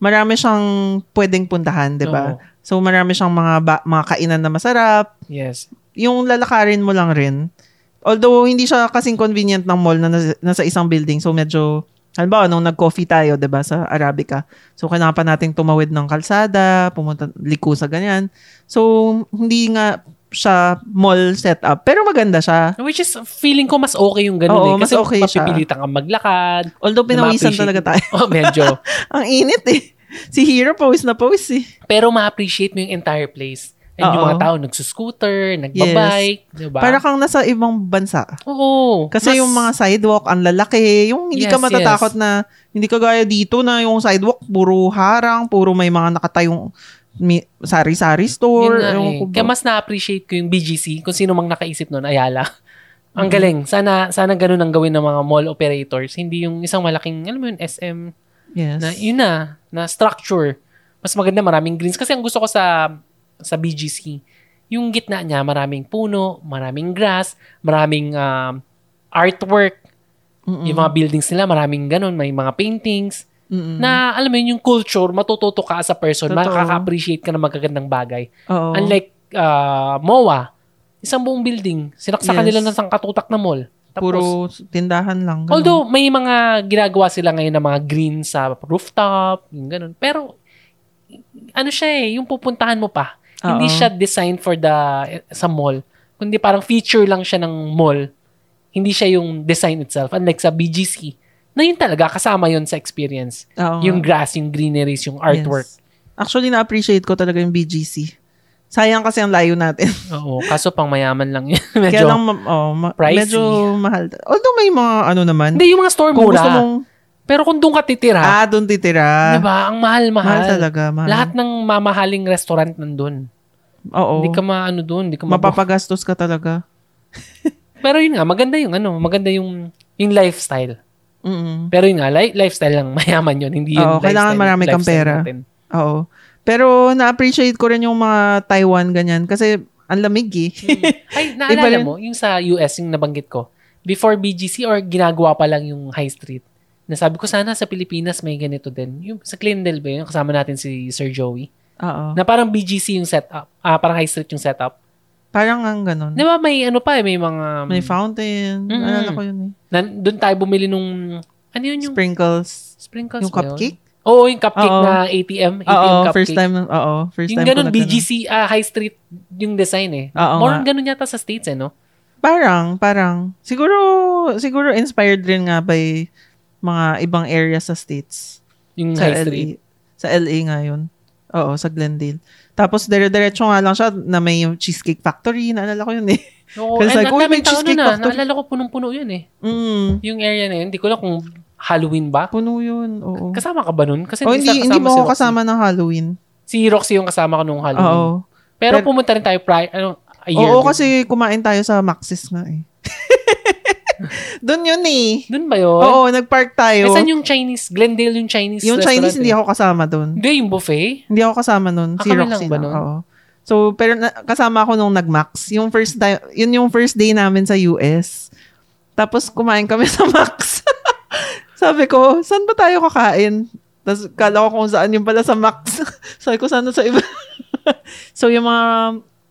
[SPEAKER 2] marami siyang pwedeng puntahan, 'di ba?
[SPEAKER 1] Oo.
[SPEAKER 2] So marami siyang mga ba- mga kainan na masarap.
[SPEAKER 1] Yes.
[SPEAKER 2] Yung lalakarin mo lang rin. Although hindi siya kasing convenient ng mall na nasa, nasa isang building. So medyo halimbawa nung nag-coffee tayo, 'di ba, sa Arabica. So kailangan pa nating tumawid ng kalsada, pumunta liko sa ganyan. So hindi nga siya mall setup, pero maganda siya.
[SPEAKER 1] Which is, feeling ko mas okay yung ganun
[SPEAKER 2] Oo,
[SPEAKER 1] eh. Kasi
[SPEAKER 2] mas okay siya.
[SPEAKER 1] mapipilitan kang maglakad.
[SPEAKER 2] Although pinawisan
[SPEAKER 1] Ma-appreciate.
[SPEAKER 2] talaga tayo.
[SPEAKER 1] Oh, medyo.
[SPEAKER 2] Ang init eh. Si Hero pawis na pawis eh.
[SPEAKER 1] Pero ma-appreciate mo yung entire place. And yung
[SPEAKER 2] Oo.
[SPEAKER 1] mga tao, nagsuscooter, nagbabike, di ba?
[SPEAKER 2] Para kang nasa ibang bansa.
[SPEAKER 1] Oo.
[SPEAKER 2] Kasi
[SPEAKER 1] Mas-
[SPEAKER 2] yung mga sidewalk, ang lalaki. Yung hindi ka
[SPEAKER 1] Yes,
[SPEAKER 2] matatakot na, hindi ka gaya dito na yung sidewalk, puro harang, puro may mga nakatayong mi- sari-sari
[SPEAKER 1] Yun
[SPEAKER 2] store.
[SPEAKER 1] nga
[SPEAKER 2] Ewan
[SPEAKER 1] eh.
[SPEAKER 2] ko ba.
[SPEAKER 1] Kaya mas na-appreciate ko yung BGC, kung sino mang nakaisip nun, Ayala. Ang galing.
[SPEAKER 2] Mm-hmm.
[SPEAKER 1] Sana sana ganun ang gawin ng mga mall operators. Hindi yung isang malaking, alam mo yun, SM
[SPEAKER 2] yes.
[SPEAKER 1] na yun na, na structure. Mas maganda maraming greens. Kasi ang gusto ko sa sa BGC, yung gitna niya, maraming puno, maraming grass, maraming um, artwork.
[SPEAKER 2] Mm-mm.
[SPEAKER 1] Yung mga buildings nila, maraming ganun. May mga paintings.
[SPEAKER 2] Mm-mm.
[SPEAKER 1] Na, alam mo yun, yung culture, matututo ka as a person.
[SPEAKER 2] Mm-hmm. Totoo.
[SPEAKER 1] Makaka-appreciate ka ng magagandang bagay.
[SPEAKER 2] Oo.
[SPEAKER 1] Unlike uh, MOA, isang buong building, sinaksakan
[SPEAKER 2] Yes.
[SPEAKER 1] nila ng sangkatutak na mall. Tapos,
[SPEAKER 2] Puro tindahan lang. ganun.
[SPEAKER 1] although may mga ginagawa sila ngayon ng mga green sa rooftop, yung ganun. Pero, ano siya eh, yung pupuntahan mo pa.
[SPEAKER 2] Oo.
[SPEAKER 1] Hindi siya designed for the, sa mall. Kundi parang feature lang siya ng mall. Hindi siya yung design itself. Unlike sa BGC, na yun talaga, kasama yun sa experience.
[SPEAKER 2] Oo nga.
[SPEAKER 1] Yung grass, yung greeneries, yung artwork.
[SPEAKER 2] Yes. Actually, na-appreciate ko talaga yung BGC. Sayang kasi ang layo natin.
[SPEAKER 1] Oo, kaso pang mayaman lang yun. Medyo,
[SPEAKER 2] Kaya lang, ma- oh, ma-
[SPEAKER 1] pricey.
[SPEAKER 2] medyo mahal. Although may mga ano naman.
[SPEAKER 1] hindi, yung mga store
[SPEAKER 2] kung gusto
[SPEAKER 1] mura.
[SPEAKER 2] mong,
[SPEAKER 1] Pero kung doon ka titira,
[SPEAKER 2] ah, doon titira.
[SPEAKER 1] Diba? Ang mahal-mahal.
[SPEAKER 2] Mahal talaga. Mahal.
[SPEAKER 1] Lahat ng mamahaling restaurant nandun.
[SPEAKER 2] Oo.
[SPEAKER 1] Hindi ka maano doon, hindi ka mabu-
[SPEAKER 2] Mapapagastos ka talaga.
[SPEAKER 1] Pero yun nga, maganda yung ano, maganda yung yung lifestyle.
[SPEAKER 2] Mm-mm.
[SPEAKER 1] Pero yun nga, li- lifestyle lang mayaman yun, hindi yun
[SPEAKER 2] Oo, kailangan
[SPEAKER 1] lifestyle-
[SPEAKER 2] marami kang
[SPEAKER 1] lifestyle
[SPEAKER 2] pera.
[SPEAKER 1] natin.
[SPEAKER 2] Oo. Pero na-appreciate ko rin yung mga Taiwan ganyan kasi ang lamig eh.
[SPEAKER 1] Ay,
[SPEAKER 2] Iba
[SPEAKER 1] naalala
[SPEAKER 2] rin-
[SPEAKER 1] mo, yung sa US, yung nabanggit ko, before BGC or ginagawa pa lang yung high street, nasabi ko sana sa Pilipinas may ganito din. Yung sa Glendale ba yun? Kasama natin si Sir Joey.
[SPEAKER 2] Oo.
[SPEAKER 1] Na parang BGC yung setup. Ah, parang high street yung setup.
[SPEAKER 2] Parang ang ganun.
[SPEAKER 1] Di ba may ano pa eh, may mga...
[SPEAKER 2] Hmm. May fountain.
[SPEAKER 1] Mm-mm.
[SPEAKER 2] Alala ko yun eh.
[SPEAKER 1] Nan, doon tayo bumili nung, ano yun yung
[SPEAKER 2] Sprinkles.
[SPEAKER 1] sprinkles
[SPEAKER 2] Yung
[SPEAKER 1] ba yun?
[SPEAKER 2] cupcake?
[SPEAKER 1] Oo, yung cupcake
[SPEAKER 2] Oo.
[SPEAKER 1] na ATM. ATM
[SPEAKER 2] Oo,
[SPEAKER 1] cupcake.
[SPEAKER 2] first time. Oo, first
[SPEAKER 1] yung
[SPEAKER 2] time
[SPEAKER 1] ganun,
[SPEAKER 2] ko nagtanong.
[SPEAKER 1] BGC, ah, High Street, yung design eh.
[SPEAKER 2] Oo
[SPEAKER 1] More
[SPEAKER 2] nga.
[SPEAKER 1] ganun yata sa States eh, no?
[SPEAKER 2] Parang, parang. Siguro, siguro inspired rin nga by mga ibang area sa states.
[SPEAKER 1] Yung
[SPEAKER 2] Sa
[SPEAKER 1] High Street.
[SPEAKER 2] LA. Sa LA nga yun. Oo, sa Glendale. Tapos, dire-diretso nga lang siya na may yung Cheesecake Factory. Naalala ko yun eh.
[SPEAKER 1] Oo,
[SPEAKER 2] Kasi
[SPEAKER 1] ay,
[SPEAKER 2] like, uy,
[SPEAKER 1] daming
[SPEAKER 2] may
[SPEAKER 1] tao
[SPEAKER 2] cheesecake
[SPEAKER 1] nun ah.
[SPEAKER 2] factory.
[SPEAKER 1] Naalala ko, punong-puno yun eh.
[SPEAKER 2] Mm.
[SPEAKER 1] Yung area na yun, hindi ko lang kung Halloween ba.
[SPEAKER 2] Puno yun. Oo.
[SPEAKER 1] Kasama ka ba nun? Kasi
[SPEAKER 2] oh, hindi,
[SPEAKER 1] sa-
[SPEAKER 2] hindi mo
[SPEAKER 1] si
[SPEAKER 2] ako
[SPEAKER 1] Roxy.
[SPEAKER 2] kasama ng Halloween.
[SPEAKER 1] Si Roxy yung kasama ko nung
[SPEAKER 2] Oo.
[SPEAKER 1] Halloween. Pero,
[SPEAKER 2] Pero-
[SPEAKER 1] pumunta rin tayo prior, ano, a year.
[SPEAKER 2] Oo,
[SPEAKER 1] ago.
[SPEAKER 2] kasi kumain tayo sa Maxis nga eh. Doon yun eh.
[SPEAKER 1] Doon ba yun?
[SPEAKER 2] Oo,
[SPEAKER 1] Eh,
[SPEAKER 2] nagpark tayo.
[SPEAKER 1] saan yung Chinese? Glendale yung Chinese
[SPEAKER 2] yung Chinese, hindi
[SPEAKER 1] restaurant, eh.
[SPEAKER 2] ako kasama doon.
[SPEAKER 1] Hindi, yung buffet?
[SPEAKER 2] Hindi ako kasama nun.
[SPEAKER 1] Ah,
[SPEAKER 2] Si
[SPEAKER 1] kami
[SPEAKER 2] Roxy
[SPEAKER 1] lang ba
[SPEAKER 2] lang.
[SPEAKER 1] nun?
[SPEAKER 2] Oo. So, pero na- kasama ako nung nag-max. Yung first time, yun yung first day namin sa US. Tapos kumain kami sa Max. Sabi ko, saan ba tayo kakain? Tapos kala ko kung saan yung pala sa Max. Sabi ko, sana sa iba. so, yung mga,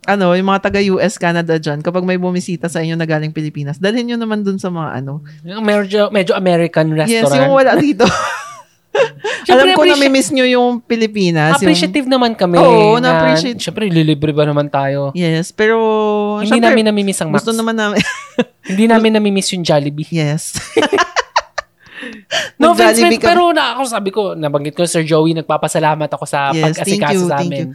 [SPEAKER 2] ano, yung mga taga-US, Canada dyan, kapag may bumisita sa inyo na galing Pilipinas, dalhin nyo naman dun sa mga ano.
[SPEAKER 1] Yung Medyo, medyo American
[SPEAKER 2] Yes,
[SPEAKER 1] restaurant.
[SPEAKER 2] yung wala dito. Alam
[SPEAKER 1] Siyempre,
[SPEAKER 2] ko na
[SPEAKER 1] appreciate-
[SPEAKER 2] miss nyo yung Pilipinas. yung-
[SPEAKER 1] Appreciative naman kami.
[SPEAKER 2] Oo, na-appreciate.
[SPEAKER 1] Siyempre, lilibre ba naman tayo?
[SPEAKER 2] Yes, pero
[SPEAKER 1] Hindi
[SPEAKER 2] syempre,
[SPEAKER 1] namin namimiss ang Max.
[SPEAKER 2] gusto naman namin.
[SPEAKER 1] Hindi namin namimiss yung Jollibee.
[SPEAKER 2] yes.
[SPEAKER 1] No offense,
[SPEAKER 2] Nag-Jollibee
[SPEAKER 1] friends,
[SPEAKER 2] kami.
[SPEAKER 1] pero na, ako sabi ko, nabanggit ko, Sir Joey, nagpapasalamat ako sa
[SPEAKER 2] Yes, thank
[SPEAKER 1] pag-asikaso
[SPEAKER 2] you,
[SPEAKER 1] sa
[SPEAKER 2] thank
[SPEAKER 1] amin.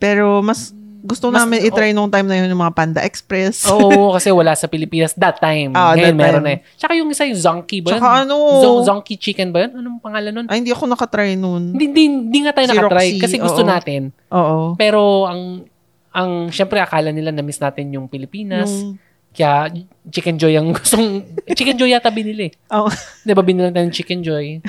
[SPEAKER 2] Pero mas gusto
[SPEAKER 1] Mas- Oh,
[SPEAKER 2] namin i-try nung time na yun yung mga Panda Express.
[SPEAKER 1] Oo, kasi wala sa Pilipinas that time.
[SPEAKER 2] Ah,
[SPEAKER 1] Ngayon,
[SPEAKER 2] that
[SPEAKER 1] meron
[SPEAKER 2] time.
[SPEAKER 1] na eh. Tsaka yung isa, yung Zonky ba?
[SPEAKER 2] Tsaka ano,
[SPEAKER 1] Zonky Chicken ba yun? Anong pangalan nun?
[SPEAKER 2] ay, hindi ako nakatry nun.
[SPEAKER 1] Hindi, hindi, hindi nga tayo
[SPEAKER 2] Si
[SPEAKER 1] nakatry
[SPEAKER 2] Roxy,
[SPEAKER 1] kasi gusto
[SPEAKER 2] oo.
[SPEAKER 1] natin.
[SPEAKER 2] Oo.
[SPEAKER 1] Pero ang, ang syempre akala nila na-miss natin yung Pilipinas.
[SPEAKER 2] Yung,
[SPEAKER 1] Kaya Chicken Joy ang gustong... Chicken Joy yata binili.
[SPEAKER 2] Oo.
[SPEAKER 1] Di ba binili tayo ng Chicken Joy?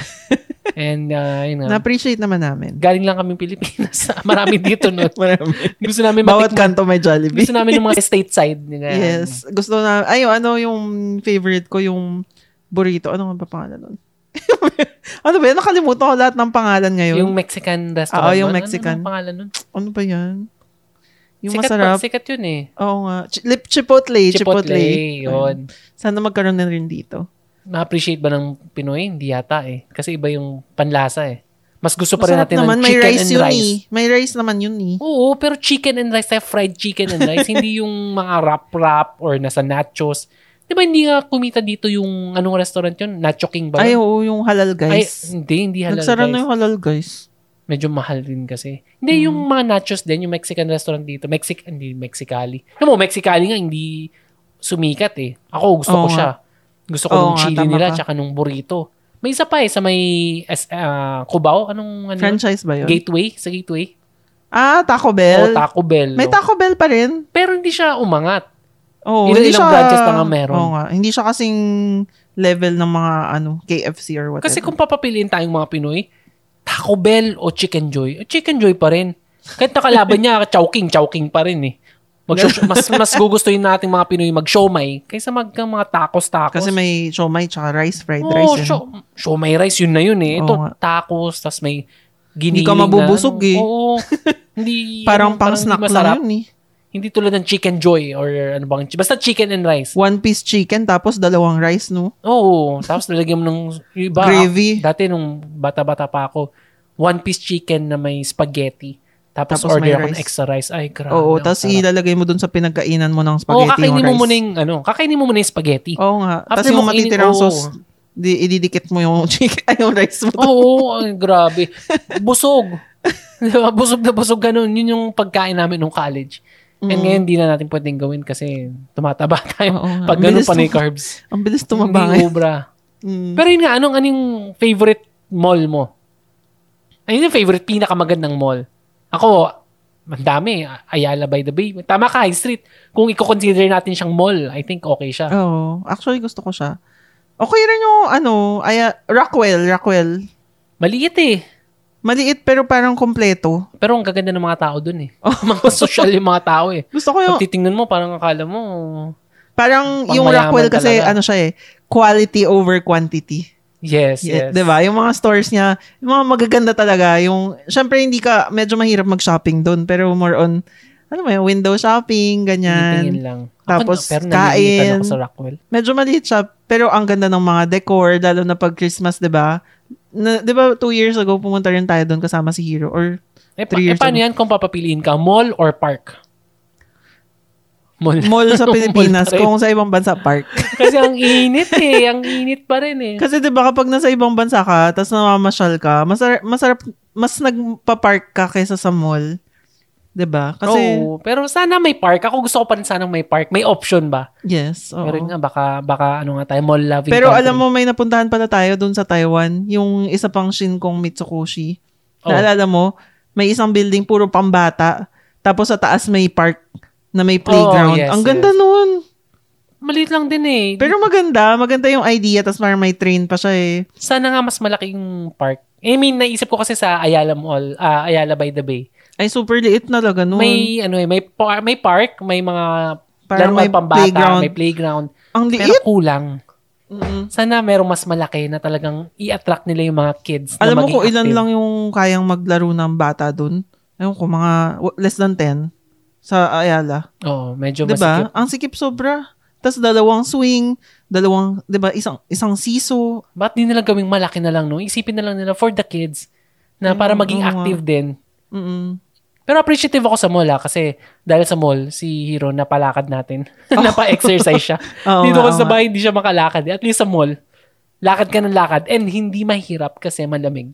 [SPEAKER 1] And uh, yun nga.
[SPEAKER 2] na-appreciate naman namin.
[SPEAKER 1] Galing lang kami Pilipinas. Marami dito nun.
[SPEAKER 2] Marami.
[SPEAKER 1] Gusto namin
[SPEAKER 2] Bawat
[SPEAKER 1] matikman.
[SPEAKER 2] kanto may Jollibee.
[SPEAKER 1] Gusto namin ng mga stateside. Nila.
[SPEAKER 2] Yes. Gusto na, ay, yung ano yung favorite ko, yung burrito. Ano nga ba pangalan nun? ano ba yan? Nakalimutan ko lahat ng pangalan ngayon.
[SPEAKER 1] Yung Mexican restaurant.
[SPEAKER 2] Oo, Ah, yung
[SPEAKER 1] nun. Ano,
[SPEAKER 2] Mexican.
[SPEAKER 1] ano pangalan nun?
[SPEAKER 2] ano ba yan? Yung
[SPEAKER 1] sikat
[SPEAKER 2] masarap.
[SPEAKER 1] Pa, sikat yun eh.
[SPEAKER 2] Oo nga. Ch- lip- Chipotle.
[SPEAKER 1] Chipotle.
[SPEAKER 2] Chipotle.
[SPEAKER 1] Yun.
[SPEAKER 2] Sana magkaroon na rin dito.
[SPEAKER 1] Na-appreciate ba ng Pinoy? Hindi yata eh. Kasi iba yung panlasa eh. Mas gusto pa rin
[SPEAKER 2] Masarap
[SPEAKER 1] natin
[SPEAKER 2] naman.
[SPEAKER 1] ng
[SPEAKER 2] May
[SPEAKER 1] chicken
[SPEAKER 2] rice
[SPEAKER 1] and
[SPEAKER 2] yun
[SPEAKER 1] rice.
[SPEAKER 2] eh. May rice naman yun eh.
[SPEAKER 1] Oo, pero chicken and rice, tayo fried chicken and rice, hindi yung mga wrap-wrap or nasa nachos. Di ba hindi nga kumita dito yung anong restaurant yun? Nacho King ba?
[SPEAKER 2] Ay,
[SPEAKER 1] yun?
[SPEAKER 2] oo, yung halal
[SPEAKER 1] Ay,
[SPEAKER 2] guys.
[SPEAKER 1] hindi, hindi halal
[SPEAKER 2] Nagsara
[SPEAKER 1] guys.
[SPEAKER 2] na yung halal guys.
[SPEAKER 1] Medyo mahal din kasi. Hindi, yung
[SPEAKER 2] Hmm.
[SPEAKER 1] mga nachos din, yung Mexican restaurant dito, Mexic, hindi, Mexicali. Alam mo, Mexicali nga, hindi sumikat eh. Ako, gusto ko
[SPEAKER 2] Oo nga.
[SPEAKER 1] siya. Gusto ko
[SPEAKER 2] Oo
[SPEAKER 1] nung
[SPEAKER 2] nga,
[SPEAKER 1] chili
[SPEAKER 2] tama
[SPEAKER 1] nila,
[SPEAKER 2] ka.
[SPEAKER 1] tsaka nung burrito. May isa pa eh, sa may S- ah, Cubao, anong ano? yun?
[SPEAKER 2] Franchise ba yun?
[SPEAKER 1] Gateway? Sa Gateway?
[SPEAKER 2] Ah, Taco
[SPEAKER 1] O
[SPEAKER 2] Bell.
[SPEAKER 1] Taco Bell.
[SPEAKER 2] May
[SPEAKER 1] oh.
[SPEAKER 2] Taco Bell pa rin.
[SPEAKER 1] Pero hindi siya umangat.
[SPEAKER 2] Oo,
[SPEAKER 1] Ilan-
[SPEAKER 2] hindi
[SPEAKER 1] ilang
[SPEAKER 2] siya,
[SPEAKER 1] branches na nga meron.
[SPEAKER 2] Oo nga. Hindi siya kasing level ng mga ano KFC or whatever.
[SPEAKER 1] Kasi kung papapiliin tayong mga Pinoy, Taco Bell o Chicken Joy, eh, Chicken Joy pa rin. Kahit nakalaban niya, chowking, chowking pa rin eh. Mag mas mas gugustuhin nating mga Pinoy mag-shomai kaysa mag mga tacos-tacos.
[SPEAKER 2] Kasi may siomay tsaka rice, fried rice.
[SPEAKER 1] Oo,
[SPEAKER 2] yun.
[SPEAKER 1] sho- shomai rice, yun na yun eh. Ito,
[SPEAKER 2] Oo nga.
[SPEAKER 1] tacos, tas may
[SPEAKER 2] Hindi
[SPEAKER 1] giniling
[SPEAKER 2] ka mabubusog
[SPEAKER 1] na, ano.
[SPEAKER 2] eh.
[SPEAKER 1] Oo. Hindi,
[SPEAKER 2] parang
[SPEAKER 1] ano,
[SPEAKER 2] pang snack
[SPEAKER 1] hindi
[SPEAKER 2] lang yun eh.
[SPEAKER 1] Hindi tulad ng chicken joy or ano bang, basta chicken and rice.
[SPEAKER 2] One piece chicken tapos dalawang rice, no?
[SPEAKER 1] Oo. Tapos nalagyan mo ng yung iba.
[SPEAKER 2] Gravy.
[SPEAKER 1] Dati nung bata-bata pa ako, one piece chicken na may spaghetti. Tapos,
[SPEAKER 2] Tapos
[SPEAKER 1] order
[SPEAKER 2] may
[SPEAKER 1] ako ng
[SPEAKER 2] rice.
[SPEAKER 1] extra rice. Ay, grabe.
[SPEAKER 2] Oo,
[SPEAKER 1] ang
[SPEAKER 2] tapos
[SPEAKER 1] sarap.
[SPEAKER 2] ilalagay mo dun sa pinagkainan mo ng
[SPEAKER 1] Oo,
[SPEAKER 2] spaghetti yung
[SPEAKER 1] kakainin
[SPEAKER 2] rice.
[SPEAKER 1] mo muna yung, ano, kakainin mo muna yung spaghetti.
[SPEAKER 2] Oo nga. Tapos
[SPEAKER 1] After
[SPEAKER 2] yung
[SPEAKER 1] mo kainin,
[SPEAKER 2] matitirang
[SPEAKER 1] oo.
[SPEAKER 2] sauce, di, ididikit mo yung chicken, ay, yung rice mo.
[SPEAKER 1] Oo, ay, grabe. Busog. Diba? busog na busog ganun. Yun yung pagkain namin nung college. And
[SPEAKER 2] Mm.
[SPEAKER 1] ngayon, di na natin pwedeng gawin kasi tumataba tayo.
[SPEAKER 2] Oo
[SPEAKER 1] Pag
[SPEAKER 2] nga. Ang
[SPEAKER 1] ganun
[SPEAKER 2] bilis
[SPEAKER 1] pa na yung
[SPEAKER 2] tum-
[SPEAKER 1] carbs.
[SPEAKER 2] Ang bilis tumaba
[SPEAKER 1] Hindi
[SPEAKER 2] ngayon.
[SPEAKER 1] ubra.
[SPEAKER 2] Mm.
[SPEAKER 1] Pero yun nga, anong, anong favorite mall mo? Ano yung favorite pinakamagandang mall? Ako, ang dami. Ayala by the Bay. Tama ka, High Street. Kung i-consider natin siyang mall, I think okay siya.
[SPEAKER 2] Oo. Actually, gusto ko siya. Okay rin yung, ano, ay, Rockwell, Rockwell.
[SPEAKER 1] Maliit eh.
[SPEAKER 2] Maliit pero parang kompleto.
[SPEAKER 1] Pero ang gaganda ng mga tao dun eh.
[SPEAKER 2] Oh.
[SPEAKER 1] Mga social yung mga tao eh.
[SPEAKER 2] Gusto ko yung,
[SPEAKER 1] Pag titingnan mo, parang akala mo,
[SPEAKER 2] parang
[SPEAKER 1] pang
[SPEAKER 2] yung
[SPEAKER 1] mayaman
[SPEAKER 2] Rockwell kasi,
[SPEAKER 1] talaga.
[SPEAKER 2] ano siya eh, quality over quantity.
[SPEAKER 1] yes, yes.
[SPEAKER 2] Yeah, diba? Eh, 'Di ba? Yung mga stores niya, yung mga magaganda talaga. Yung syempre hindi ka medyo mahirap mag-shopping doon, pero more on ano may window shopping,
[SPEAKER 1] Tinitingin
[SPEAKER 2] ganyan.
[SPEAKER 1] lang.
[SPEAKER 2] Tapos,
[SPEAKER 1] ako, pero nalilitan
[SPEAKER 2] kain.
[SPEAKER 1] ako sa Rockwell.
[SPEAKER 2] Medyo maliit siya, pero ang ganda ng mga decor lalo na pag Christmas, 'di ba? Na, 'Di ba two years ago pumunta rin tayo doon kasama si Hero or
[SPEAKER 1] Eh, pa-
[SPEAKER 2] Three
[SPEAKER 1] eh,
[SPEAKER 2] years
[SPEAKER 1] paano yan kung papapiliin ka? Mall or park? Mall.
[SPEAKER 2] mall sa Pilipinas
[SPEAKER 1] pa rin.
[SPEAKER 2] kung sa ibang bansa park.
[SPEAKER 1] Kasi ang init eh. Ang init pa rin eh.
[SPEAKER 2] Kasi 'di ba kapag nasa ibang bansa ka, tapos namamasyal ka, masarap, masarap mas nagpa-park ka kaysa sa mall. 'Di ba? Kasi
[SPEAKER 1] Oo, pero sana may park. Ako gusto ko pa rin sanang may park. May option ba?
[SPEAKER 2] yes, oo.
[SPEAKER 1] Pero yun nga, baka, baka ano nga tayo, mall loving
[SPEAKER 2] Pero
[SPEAKER 1] country.
[SPEAKER 2] alam mo, may napuntahan pala tayo dun sa Taiwan. Yung isa pang Shinkong Mitsukoshi.
[SPEAKER 1] Oh.
[SPEAKER 2] Naalala mo, may isang building puro pambata. Tapos sa taas may park na may playground.
[SPEAKER 1] Oh, yes,
[SPEAKER 2] Ang ganda nun.
[SPEAKER 1] maliit lang din eh.
[SPEAKER 2] Pero maganda. Maganda yung idea. Tapos parang may train pa siya eh.
[SPEAKER 1] sana nga mas malaki yung park. I mean, naisip ko kasi sa Ayala Mall, ah, Ayala by the Bay.
[SPEAKER 2] Ay, super liit talaga nun.
[SPEAKER 1] May ano eh, may par- may park, may mga
[SPEAKER 2] parang
[SPEAKER 1] laruan
[SPEAKER 2] may
[SPEAKER 1] pambata,
[SPEAKER 2] playground.
[SPEAKER 1] may playground.
[SPEAKER 2] Ang
[SPEAKER 1] Pero mm,
[SPEAKER 2] liit.
[SPEAKER 1] kulang.
[SPEAKER 2] Mm-mm.
[SPEAKER 1] Sana merong mas malaki na talagang i-attract nila yung mga kids. na
[SPEAKER 2] Alam mo
[SPEAKER 1] maging
[SPEAKER 2] kung ilan
[SPEAKER 1] active.
[SPEAKER 2] lang yung kayang maglaro ng bata dun? Ayun ko, mga w- less than 10 sa Ayala.
[SPEAKER 1] Oo, medyo
[SPEAKER 2] 'di
[SPEAKER 1] masikip.
[SPEAKER 2] ba? Diba? Ang sikip sobra. Tapos dalawang swing, dalawang 'di ba, isang isang siso.
[SPEAKER 1] Ba't di nila gawing malaki na lang, no? Isipin na lang nila for the kids na
[SPEAKER 2] Mm,
[SPEAKER 1] para maging
[SPEAKER 2] oo nga.
[SPEAKER 1] active din.
[SPEAKER 2] Mm.
[SPEAKER 1] Pero appreciative ako sa mall, ha, kasi dahil sa mall, si Hero napalakad natin. Napa-exercise siya.
[SPEAKER 2] Oh. Oo
[SPEAKER 1] Dito
[SPEAKER 2] nga,
[SPEAKER 1] kasi sa
[SPEAKER 2] oo nga.
[SPEAKER 1] bahay, hindi siya makalakad. eh. At least sa mall, lakad ka ng lakad and hindi mahirap kasi malamig.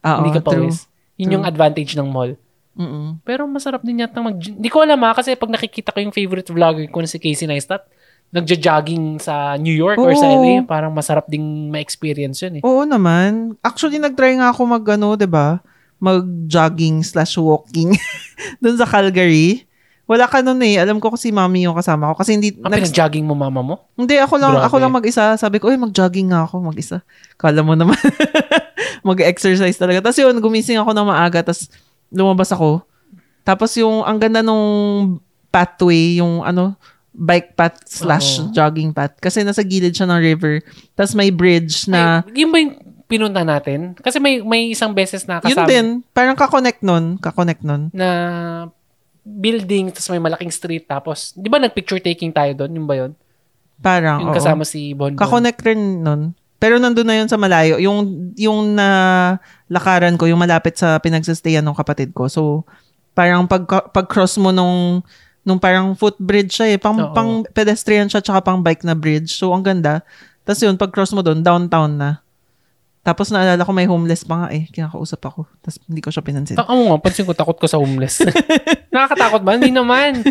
[SPEAKER 2] Oo,
[SPEAKER 1] hindi ka
[SPEAKER 2] true.
[SPEAKER 1] pawis. Yun yung advantage ng mall.
[SPEAKER 2] Mm-mm.
[SPEAKER 1] Pero masarap din yata mag... Hindi ko alam ha, kasi pag nakikita ko yung favorite vlogger ko na si Casey Neistat, nagja-jogging sa New York or sa
[SPEAKER 2] Oo.
[SPEAKER 1] LA, parang masarap ding ma-experience yun eh.
[SPEAKER 2] Oo naman. Actually nagtry nga ako mag ano, 'di ba? Mag-jogging slash walking doon sa Calgary. Wala ka nun eh. Alam ko kasi mami yung kasama ko. Kasi hindi,
[SPEAKER 1] Ang
[SPEAKER 2] next-
[SPEAKER 1] pinag-jogging mo mama mo?
[SPEAKER 2] hindi ako lang,
[SPEAKER 1] Grabe.
[SPEAKER 2] ako lang mag-isa. Sabi ko, uy, mag-jogging nga ako mag-isa. Kala mo naman, mag-exercise talaga. Tapos yun, gumising ako ng maaga, tapos lumabas ako. Tapos yung, ang ganda nung pathway, yung ano, bike path slash
[SPEAKER 1] Oo.
[SPEAKER 2] jogging path. Kasi nasa gilid siya ng river. Tapos may bridge na,
[SPEAKER 1] Ay, yun ba yung pinunta natin? Kasi may may isang beses na
[SPEAKER 2] yun
[SPEAKER 1] kasama
[SPEAKER 2] din, parang kakonect nun, kakonect nun.
[SPEAKER 1] na building, tapos may malaking street, tapos, di ba nag-picture taking tayo doon? Yun ba yun?
[SPEAKER 2] Parang,
[SPEAKER 1] Yung
[SPEAKER 2] oo.
[SPEAKER 1] kasama si Bonbon.
[SPEAKER 2] Kakonect rin nun. Pero nandun na yun sa malayo. Yung, yung na lakaran ko, yung malapit sa pinagsistayan ng kapatid ko. So, parang pag, pag-cross mo nung, nung parang footbridge siya eh. Pang,
[SPEAKER 1] Oo.
[SPEAKER 2] pang pedestrian siya tsaka pang bike na bridge. So, ang ganda. Tapos yun, pag-cross mo doon, downtown na. Tapos naalala ko may homeless pa nga eh. Kinakausap ako. Tapos hindi ko siya pinansin.
[SPEAKER 1] Ta- Ah, Oo nga, pansin ko, takot ko sa homeless. Nakakatakot ba? Hindi naman.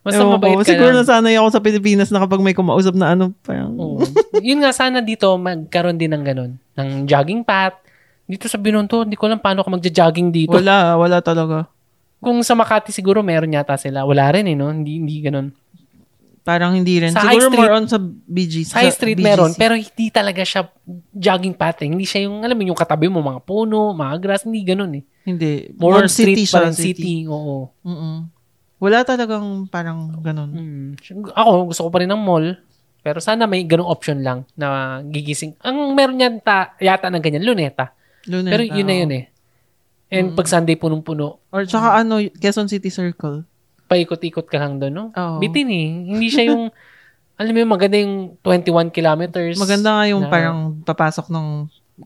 [SPEAKER 1] Basta
[SPEAKER 2] Ewan ko,
[SPEAKER 1] mabait ka
[SPEAKER 2] Siguro
[SPEAKER 1] lang.
[SPEAKER 2] nasanay ako sa Pilipinas na kapag may kumausap na ano, parang...
[SPEAKER 1] Oo. Yun nga, sana dito magkaroon din ng ganun. Ng jogging path. Dito sa Binonto, hindi ko alam paano ka magja-jogging dito.
[SPEAKER 2] Wala, wala talaga.
[SPEAKER 1] Kung sa Makati siguro meron yata sila. Wala rin eh, no? Hindi, hindi ganun.
[SPEAKER 2] Parang hindi rin.
[SPEAKER 1] Sa
[SPEAKER 2] Siguro
[SPEAKER 1] high street-
[SPEAKER 2] more on sa BG.
[SPEAKER 1] Sa high street meron, pero hindi talaga siya jogging path. eh. Hindi siya yung, alam mo, yung katabi mo, mga puno, mga grass, hindi ganun eh.
[SPEAKER 2] Hindi.
[SPEAKER 1] More,
[SPEAKER 2] on
[SPEAKER 1] street
[SPEAKER 2] siya,
[SPEAKER 1] pa rin, city. Oo.
[SPEAKER 2] Mm-mm. Wala talagang parang ganun.
[SPEAKER 1] Mm. Ako, gusto ko pa rin ng mall. Pero sana may ganung option lang na gigising. Ang meron yan ta, yata ng ganyan, luneta.
[SPEAKER 2] Luneta,
[SPEAKER 1] Pero yun na yun eh. And
[SPEAKER 2] Mm.
[SPEAKER 1] pag Sunday punong-puno,
[SPEAKER 2] Or tsaka ano, Quezon City Circle.
[SPEAKER 1] paikot-ikot ka lang doon, no?
[SPEAKER 2] Oo.
[SPEAKER 1] Bitin eh. Hindi siya yung, alam mo yung maganda yung 21 kilometers.
[SPEAKER 2] Maganda nga yung
[SPEAKER 1] na-
[SPEAKER 2] parang papasok ng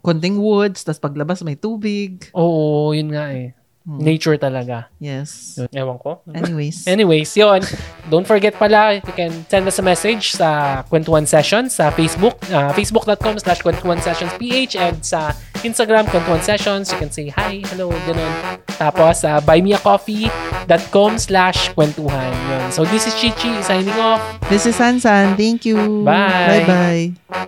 [SPEAKER 2] konting woods, tas paglabas may tubig.
[SPEAKER 1] Oo, yun nga eh.
[SPEAKER 2] Hmm.
[SPEAKER 1] Nature talaga.
[SPEAKER 2] Yes.
[SPEAKER 1] Yun, Ewan ko.
[SPEAKER 2] Anyways.
[SPEAKER 1] Anyways, yun. Don't forget pala, you can send us a message sa Kwentuhan Sessions sa Facebook, uh, facebook.com slash Kwentuhan Sessions PH and sa Instagram, Kwentuhan Sessions. You can say hi, hello, ganun. Tapos uh, sa buymeacoffee.com slash Kwentuhan. Yun. So this is Chichi signing off.
[SPEAKER 2] This is Sansan. Thank you.
[SPEAKER 1] Bye.
[SPEAKER 2] Bye-bye.